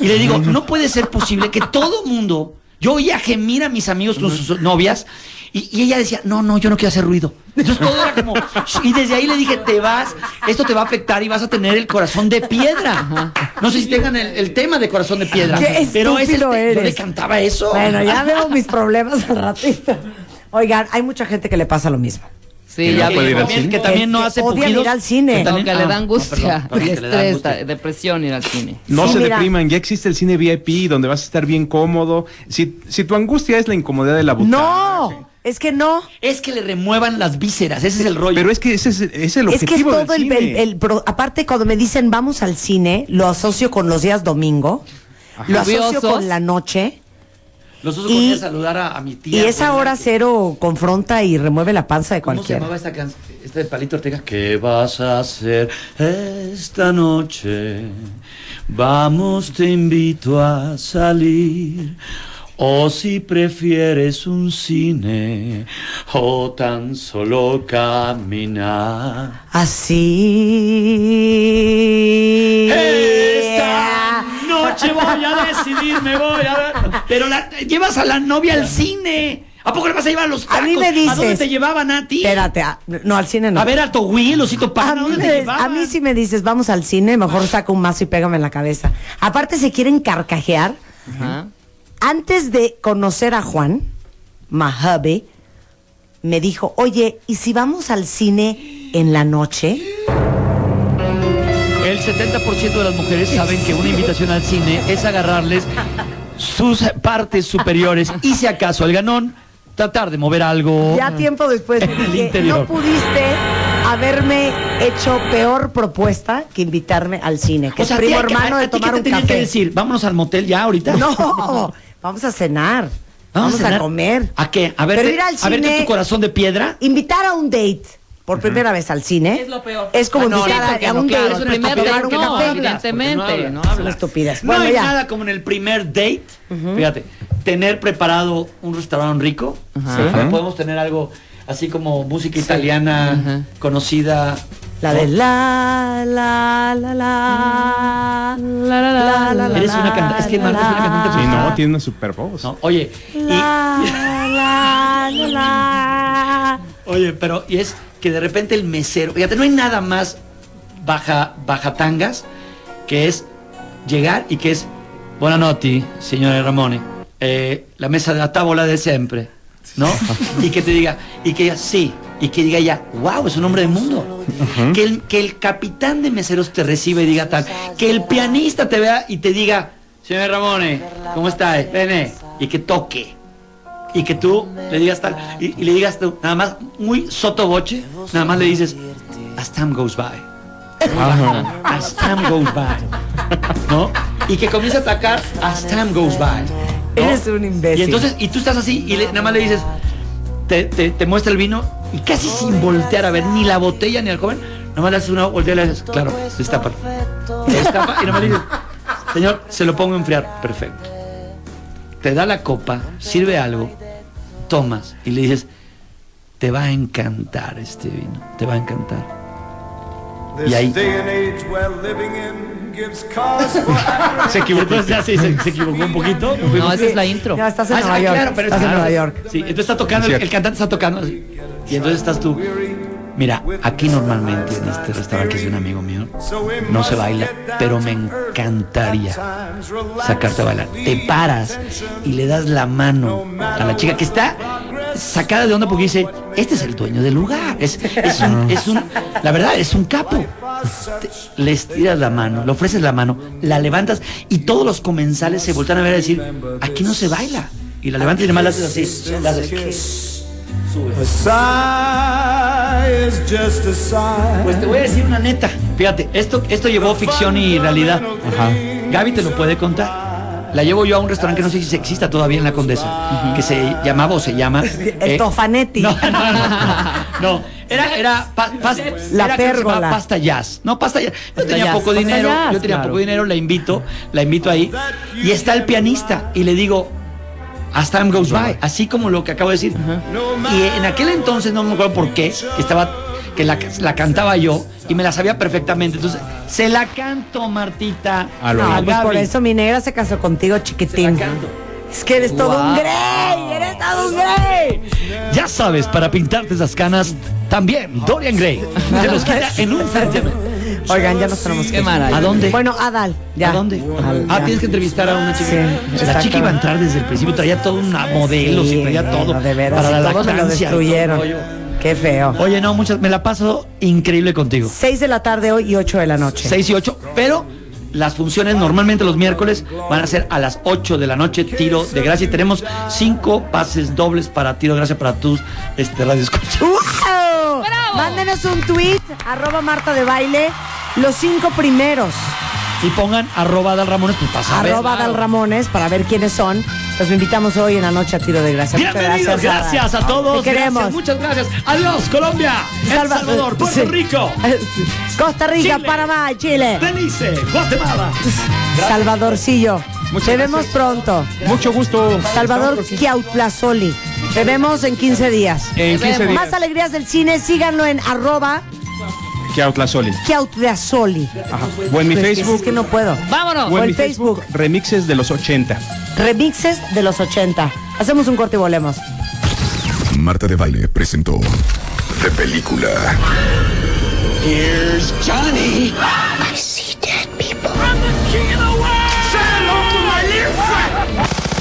[SPEAKER 2] Y le digo, no puede ser posible que todo mundo, yo oía gemir a mis amigos con sus novias y, y ella decía, no, no, yo no quiero hacer ruido. Entonces todo era como, "Shh", y desde ahí le dije, te vas, esto te va a afectar y vas a tener el corazón de piedra. No sé si tengan el, el tema de corazón de piedra.
[SPEAKER 3] Qué
[SPEAKER 2] pero es el
[SPEAKER 3] estúpido
[SPEAKER 2] te- yo le
[SPEAKER 3] eres.
[SPEAKER 2] cantaba eso.
[SPEAKER 3] Bueno, ya veo mis problemas al ratito. Oigan, hay mucha gente que le pasa lo mismo.
[SPEAKER 5] Sí,
[SPEAKER 6] Que
[SPEAKER 5] ya
[SPEAKER 6] no puede ir
[SPEAKER 5] vi.
[SPEAKER 6] al cine.
[SPEAKER 2] que también no
[SPEAKER 3] Que
[SPEAKER 2] hace
[SPEAKER 3] odian
[SPEAKER 2] pujidos.
[SPEAKER 3] ir al cine.
[SPEAKER 2] Que también-
[SPEAKER 5] Aunque le
[SPEAKER 2] ah,
[SPEAKER 5] da angustia,
[SPEAKER 2] no, perdón, perdón, que le da
[SPEAKER 5] estrés,
[SPEAKER 2] angustia.
[SPEAKER 5] da- depresión ir al cine.
[SPEAKER 6] No
[SPEAKER 3] Sí,
[SPEAKER 6] se
[SPEAKER 3] mira.
[SPEAKER 6] depriman, ya existe el cine VIP donde vas a estar bien cómodo. Si, si tu angustia es la incomodidad de la butaca.
[SPEAKER 3] No, es que no.
[SPEAKER 2] Es que le remuevan las vísceras, ese es el rollo.
[SPEAKER 6] Pero es que ese es, es el
[SPEAKER 3] Es que es
[SPEAKER 6] objetivo
[SPEAKER 3] todo
[SPEAKER 6] del
[SPEAKER 3] el,
[SPEAKER 6] cine.
[SPEAKER 3] el- el pro- aparte cuando me dicen vamos al cine, lo asocio con los días domingo, lo asocio
[SPEAKER 5] Lluviosos.
[SPEAKER 3] con la noche
[SPEAKER 2] Los osos
[SPEAKER 3] y-
[SPEAKER 2] ponían a saludar a, a mi tía.
[SPEAKER 3] y esa
[SPEAKER 2] abuela,
[SPEAKER 3] hora
[SPEAKER 2] que-
[SPEAKER 3] cero confronta y remueve la panza de
[SPEAKER 2] ¿Cómo se
[SPEAKER 3] cualquiera.
[SPEAKER 2] llamaba esta canción? Esta de Palito Ortega. ¿Qué vas a hacer esta noche? Vamos, te invito a salir. O si prefieres un cine, o tan solo caminar.
[SPEAKER 3] Así.
[SPEAKER 2] Esta noche voy a decidir, me voy a dar. Pero la, llevas a la novia al cine. ¿A poco le vas a llevar a los
[SPEAKER 3] A
[SPEAKER 2] tacos?
[SPEAKER 3] mí me
[SPEAKER 2] ¿A dónde
[SPEAKER 3] dices-
[SPEAKER 2] te llevaban a ti?
[SPEAKER 3] Espérate, a- no al cine no.
[SPEAKER 2] A ver a Towil, Osito
[SPEAKER 3] A
[SPEAKER 2] Pan, ¿a
[SPEAKER 3] mí,
[SPEAKER 2] dónde
[SPEAKER 3] me-
[SPEAKER 2] te llevaban?
[SPEAKER 3] a mí si me dices vamos al cine, mejor saco un mazo y pégame en la cabeza. Aparte se quieren carcajear.
[SPEAKER 5] Ajá.
[SPEAKER 3] antes de conocer a Juan, Mahabe, me dijo, oye, ¿y si vamos al cine en la noche?
[SPEAKER 2] El 70% de las mujeres saben que una invitación al cine es agarrarles sus partes superiores y si acaso al ganón tratar de mover algo.
[SPEAKER 3] Ya tiempo después me
[SPEAKER 2] En el
[SPEAKER 3] dije,
[SPEAKER 2] interior.
[SPEAKER 3] no pudiste haberme hecho peor propuesta que invitarme al cine, que
[SPEAKER 2] O sea,
[SPEAKER 3] es primo
[SPEAKER 2] tía, ¿qué-
[SPEAKER 3] hermano
[SPEAKER 2] a-
[SPEAKER 3] de
[SPEAKER 2] a ti qué
[SPEAKER 3] tomar
[SPEAKER 2] te
[SPEAKER 3] un
[SPEAKER 2] tenían
[SPEAKER 3] café.
[SPEAKER 2] que decir? Vámonos al motel ya ahorita.
[SPEAKER 3] No, vamos a cenar, vamos, a,
[SPEAKER 2] cenar.
[SPEAKER 3] comer.
[SPEAKER 2] ¿A qué? A ver,
[SPEAKER 3] Pero ir al
[SPEAKER 2] a verte
[SPEAKER 3] cine-
[SPEAKER 2] tu corazón de piedra.
[SPEAKER 3] Invitar a un date por primera vez al cine
[SPEAKER 5] Es lo peor.
[SPEAKER 3] Es como
[SPEAKER 5] Ah, no,
[SPEAKER 3] invitar
[SPEAKER 5] sí,
[SPEAKER 3] a-
[SPEAKER 5] porque
[SPEAKER 3] a,
[SPEAKER 5] no,
[SPEAKER 3] un
[SPEAKER 5] claro,
[SPEAKER 3] date
[SPEAKER 5] el
[SPEAKER 3] a
[SPEAKER 5] primer
[SPEAKER 3] tomar un
[SPEAKER 5] date no,
[SPEAKER 3] café.
[SPEAKER 5] hablas, evidentemente, no
[SPEAKER 3] Son
[SPEAKER 5] hablas.
[SPEAKER 3] estúpidas.
[SPEAKER 2] No
[SPEAKER 3] Bueno,
[SPEAKER 2] hay
[SPEAKER 3] ya.
[SPEAKER 2] nada como en el primer date. Fíjate, tener preparado un restaurante rico.
[SPEAKER 5] Ajá.
[SPEAKER 2] Donde Podemos tener algo así como música italiana conocida.
[SPEAKER 3] La de la la la la
[SPEAKER 5] La, la, la,
[SPEAKER 3] la, la,
[SPEAKER 5] la,
[SPEAKER 3] la.
[SPEAKER 2] Eres una cantante. Es que Marta es una
[SPEAKER 3] Ah.
[SPEAKER 2] cantante.
[SPEAKER 6] Sí,
[SPEAKER 2] profesional.
[SPEAKER 6] no, tiene una super voz.
[SPEAKER 2] No, oye, y,
[SPEAKER 3] la la la la.
[SPEAKER 2] oye, pero y es que de repente el mesero, fíjate, no hay nada más baja, baja tangas que es llegar y que es buenas noches, señora Ramone, eh, la mesa de la tábola de siempre, ¿no? y que te diga, y que diga, sí, y que diga ya, wow, es un hombre de mundo. que, el, que el capitán de meseros te reciba y diga tal, que el pianista te vea y te diga, Señor Ramones, ¿cómo está? Vene. Y que toque. Y que tú le digas tal. Y, y le digas tú, nada más, muy sotoboche, nada más le dices, as time goes by. As time goes by. ¿No? Y que comience a atacar as time goes by. ¿no?
[SPEAKER 3] Eres un imbécil.
[SPEAKER 2] Y entonces, y tú estás así y le- nada más le dices, te, te- te muestra el vino y casi sin voltear a ver ni la botella ni al joven, nada más le haces una voltea y le dices, claro, destapa. Destapa y nada más le dices, señor, se lo pongo a enfriar. Perfecto. Te da la copa, sirve algo, tomas y le dices, te va a encantar este vino, te va a encantar. Y ahí-
[SPEAKER 6] Se
[SPEAKER 2] Y
[SPEAKER 6] equivocó.
[SPEAKER 2] entonces ya sí, se, se equivocó un poquito.
[SPEAKER 5] No, esa es la intro.
[SPEAKER 3] No, estás en
[SPEAKER 2] Ah,
[SPEAKER 3] Nueva
[SPEAKER 2] ah,
[SPEAKER 3] York.
[SPEAKER 2] claro, pero es-
[SPEAKER 3] estás en
[SPEAKER 2] claro,
[SPEAKER 3] Nueva
[SPEAKER 2] sí.
[SPEAKER 3] York.
[SPEAKER 2] Sí, entonces está tocando, el,
[SPEAKER 6] Cierto.
[SPEAKER 2] el cantante está tocando. así. Y entonces estás tú. Mira, aquí normalmente en este restaurante que es de un amigo mío, no se baila, pero me encantaría sacarte a bailar. Te paras y le das la mano a la chica que está sacada de onda porque dice, este es el dueño del lugar. Es, es un, es un- la verdad, es un capo. Te- le estiras la mano, le ofreces la mano, la levantas y todos los comensales se voltean a ver a decir, aquí no se baila. Y la levantas y además la haces así. la haces. Pues te voy a decir una neta. Fíjate, esto, esto llevó ficción y realidad. Gaby te lo puede contar. La llevo yo a un restaurante que no sé si exista todavía en la Condesa, que se llamaba o se llama... eh,
[SPEAKER 3] Tofanetti.
[SPEAKER 2] no, no, no, no. Era, era, pa- pas-
[SPEAKER 3] La
[SPEAKER 2] era que se llamaba
[SPEAKER 3] pérgola.
[SPEAKER 2] Pasta Jazz. No, Pasta Jazz. Yo tenía
[SPEAKER 5] Jazz,
[SPEAKER 2] poco
[SPEAKER 5] Pasta
[SPEAKER 2] dinero,
[SPEAKER 5] Jazz,
[SPEAKER 2] yo tenía
[SPEAKER 5] claro.
[SPEAKER 2] poco dinero, la invito, la invito ahí. Y está el pianista y le digo, As time goes by, así como lo que acabo de decir. Y en aquel entonces no me acuerdo por qué, que estaba que la, la cantaba yo y me la sabía perfectamente. Entonces, se la canto, Martita.
[SPEAKER 6] A lo
[SPEAKER 2] a
[SPEAKER 3] No, pues por
[SPEAKER 2] Gaby.
[SPEAKER 3] eso mi negra se casó contigo, chiquitín.
[SPEAKER 2] canto.
[SPEAKER 3] Es que eres todo un
[SPEAKER 5] Wow.
[SPEAKER 3] grey, eres todo un grey.
[SPEAKER 2] Ya sabes, para pintarte esas canas, también Dorian Gray. Te los quita en un frente.
[SPEAKER 3] Oigan, ya nos tenemos que
[SPEAKER 5] Qué
[SPEAKER 3] ir.
[SPEAKER 5] maravilla.
[SPEAKER 2] ¿A dónde?
[SPEAKER 3] Bueno, Adal, ya.
[SPEAKER 2] ¿A dónde?
[SPEAKER 3] Al-
[SPEAKER 2] ah,
[SPEAKER 3] ya.
[SPEAKER 2] tienes que entrevistar a una chica.
[SPEAKER 3] Sí,
[SPEAKER 2] la
[SPEAKER 3] exacto.
[SPEAKER 2] chica iba a entrar desde el principio, traía todo una modelo,
[SPEAKER 3] Sí,
[SPEAKER 2] y traía
[SPEAKER 3] bueno,
[SPEAKER 2] todo.
[SPEAKER 3] De veras,
[SPEAKER 2] para la
[SPEAKER 3] y todos me lo
[SPEAKER 2] lactancia y todo el
[SPEAKER 3] destruyeron.
[SPEAKER 2] rollo.
[SPEAKER 3] Qué feo.
[SPEAKER 2] Oye, no, muchas, me la paso increíble contigo.
[SPEAKER 3] 6 de la tarde hoy y 8 de la noche.
[SPEAKER 2] 6 y 8, pero las funciones normalmente los miércoles van a ser a las 8 de la noche, tiro de gracia. Y tenemos cinco pases dobles para tiro de gracia para tus este, radioescuchas.
[SPEAKER 3] ¡Wow!
[SPEAKER 5] ¡Bravo!
[SPEAKER 3] Mándenos un tweet, arroba Marta de Baile, los cinco primeros,
[SPEAKER 2] Y pongan arroba Dal Ramones, pues pasa.
[SPEAKER 3] arroba Adal Ramones, para ver quiénes son. Los invitamos hoy en la noche a tiro de gracia. Muchas
[SPEAKER 2] Bienvenidos,
[SPEAKER 3] Adal.
[SPEAKER 2] gracias a todos.
[SPEAKER 3] Te queremos.
[SPEAKER 2] Gracias, muchas gracias. Adiós, Colombia, El
[SPEAKER 3] Salva- eh,
[SPEAKER 2] Salvador, Puerto
[SPEAKER 3] sí.
[SPEAKER 2] Rico.
[SPEAKER 3] Costa Rica,
[SPEAKER 2] Chile.
[SPEAKER 3] Panamá, Chile.
[SPEAKER 2] Belice, é. Guatemala.
[SPEAKER 3] Salvadorcillo.
[SPEAKER 6] Muchas
[SPEAKER 3] Te vemos
[SPEAKER 6] gracias.
[SPEAKER 3] pronto.
[SPEAKER 6] Mucho gusto.
[SPEAKER 3] Salvador Kiautlazoli. Te vemos en 15 días.
[SPEAKER 6] En 15 días.
[SPEAKER 3] Más alegrías del cine, síganlo en arroba
[SPEAKER 6] Kiautlazoli.
[SPEAKER 3] Kiautlazoli.
[SPEAKER 6] Ajá. O en mi
[SPEAKER 3] Pues,
[SPEAKER 6] Facebook.
[SPEAKER 3] Es que no puedo.
[SPEAKER 5] Vámonos.
[SPEAKER 6] o en
[SPEAKER 3] el
[SPEAKER 6] mi Facebook,
[SPEAKER 3] Facebook.
[SPEAKER 6] Remixes de los 80.
[SPEAKER 3] Remixes de los 80. Hacemos un corte y volvemos.
[SPEAKER 1] Marta de Baile presentó De Película.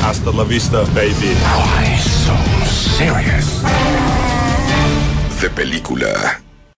[SPEAKER 8] Hasta la vista, baby.
[SPEAKER 1] De Película.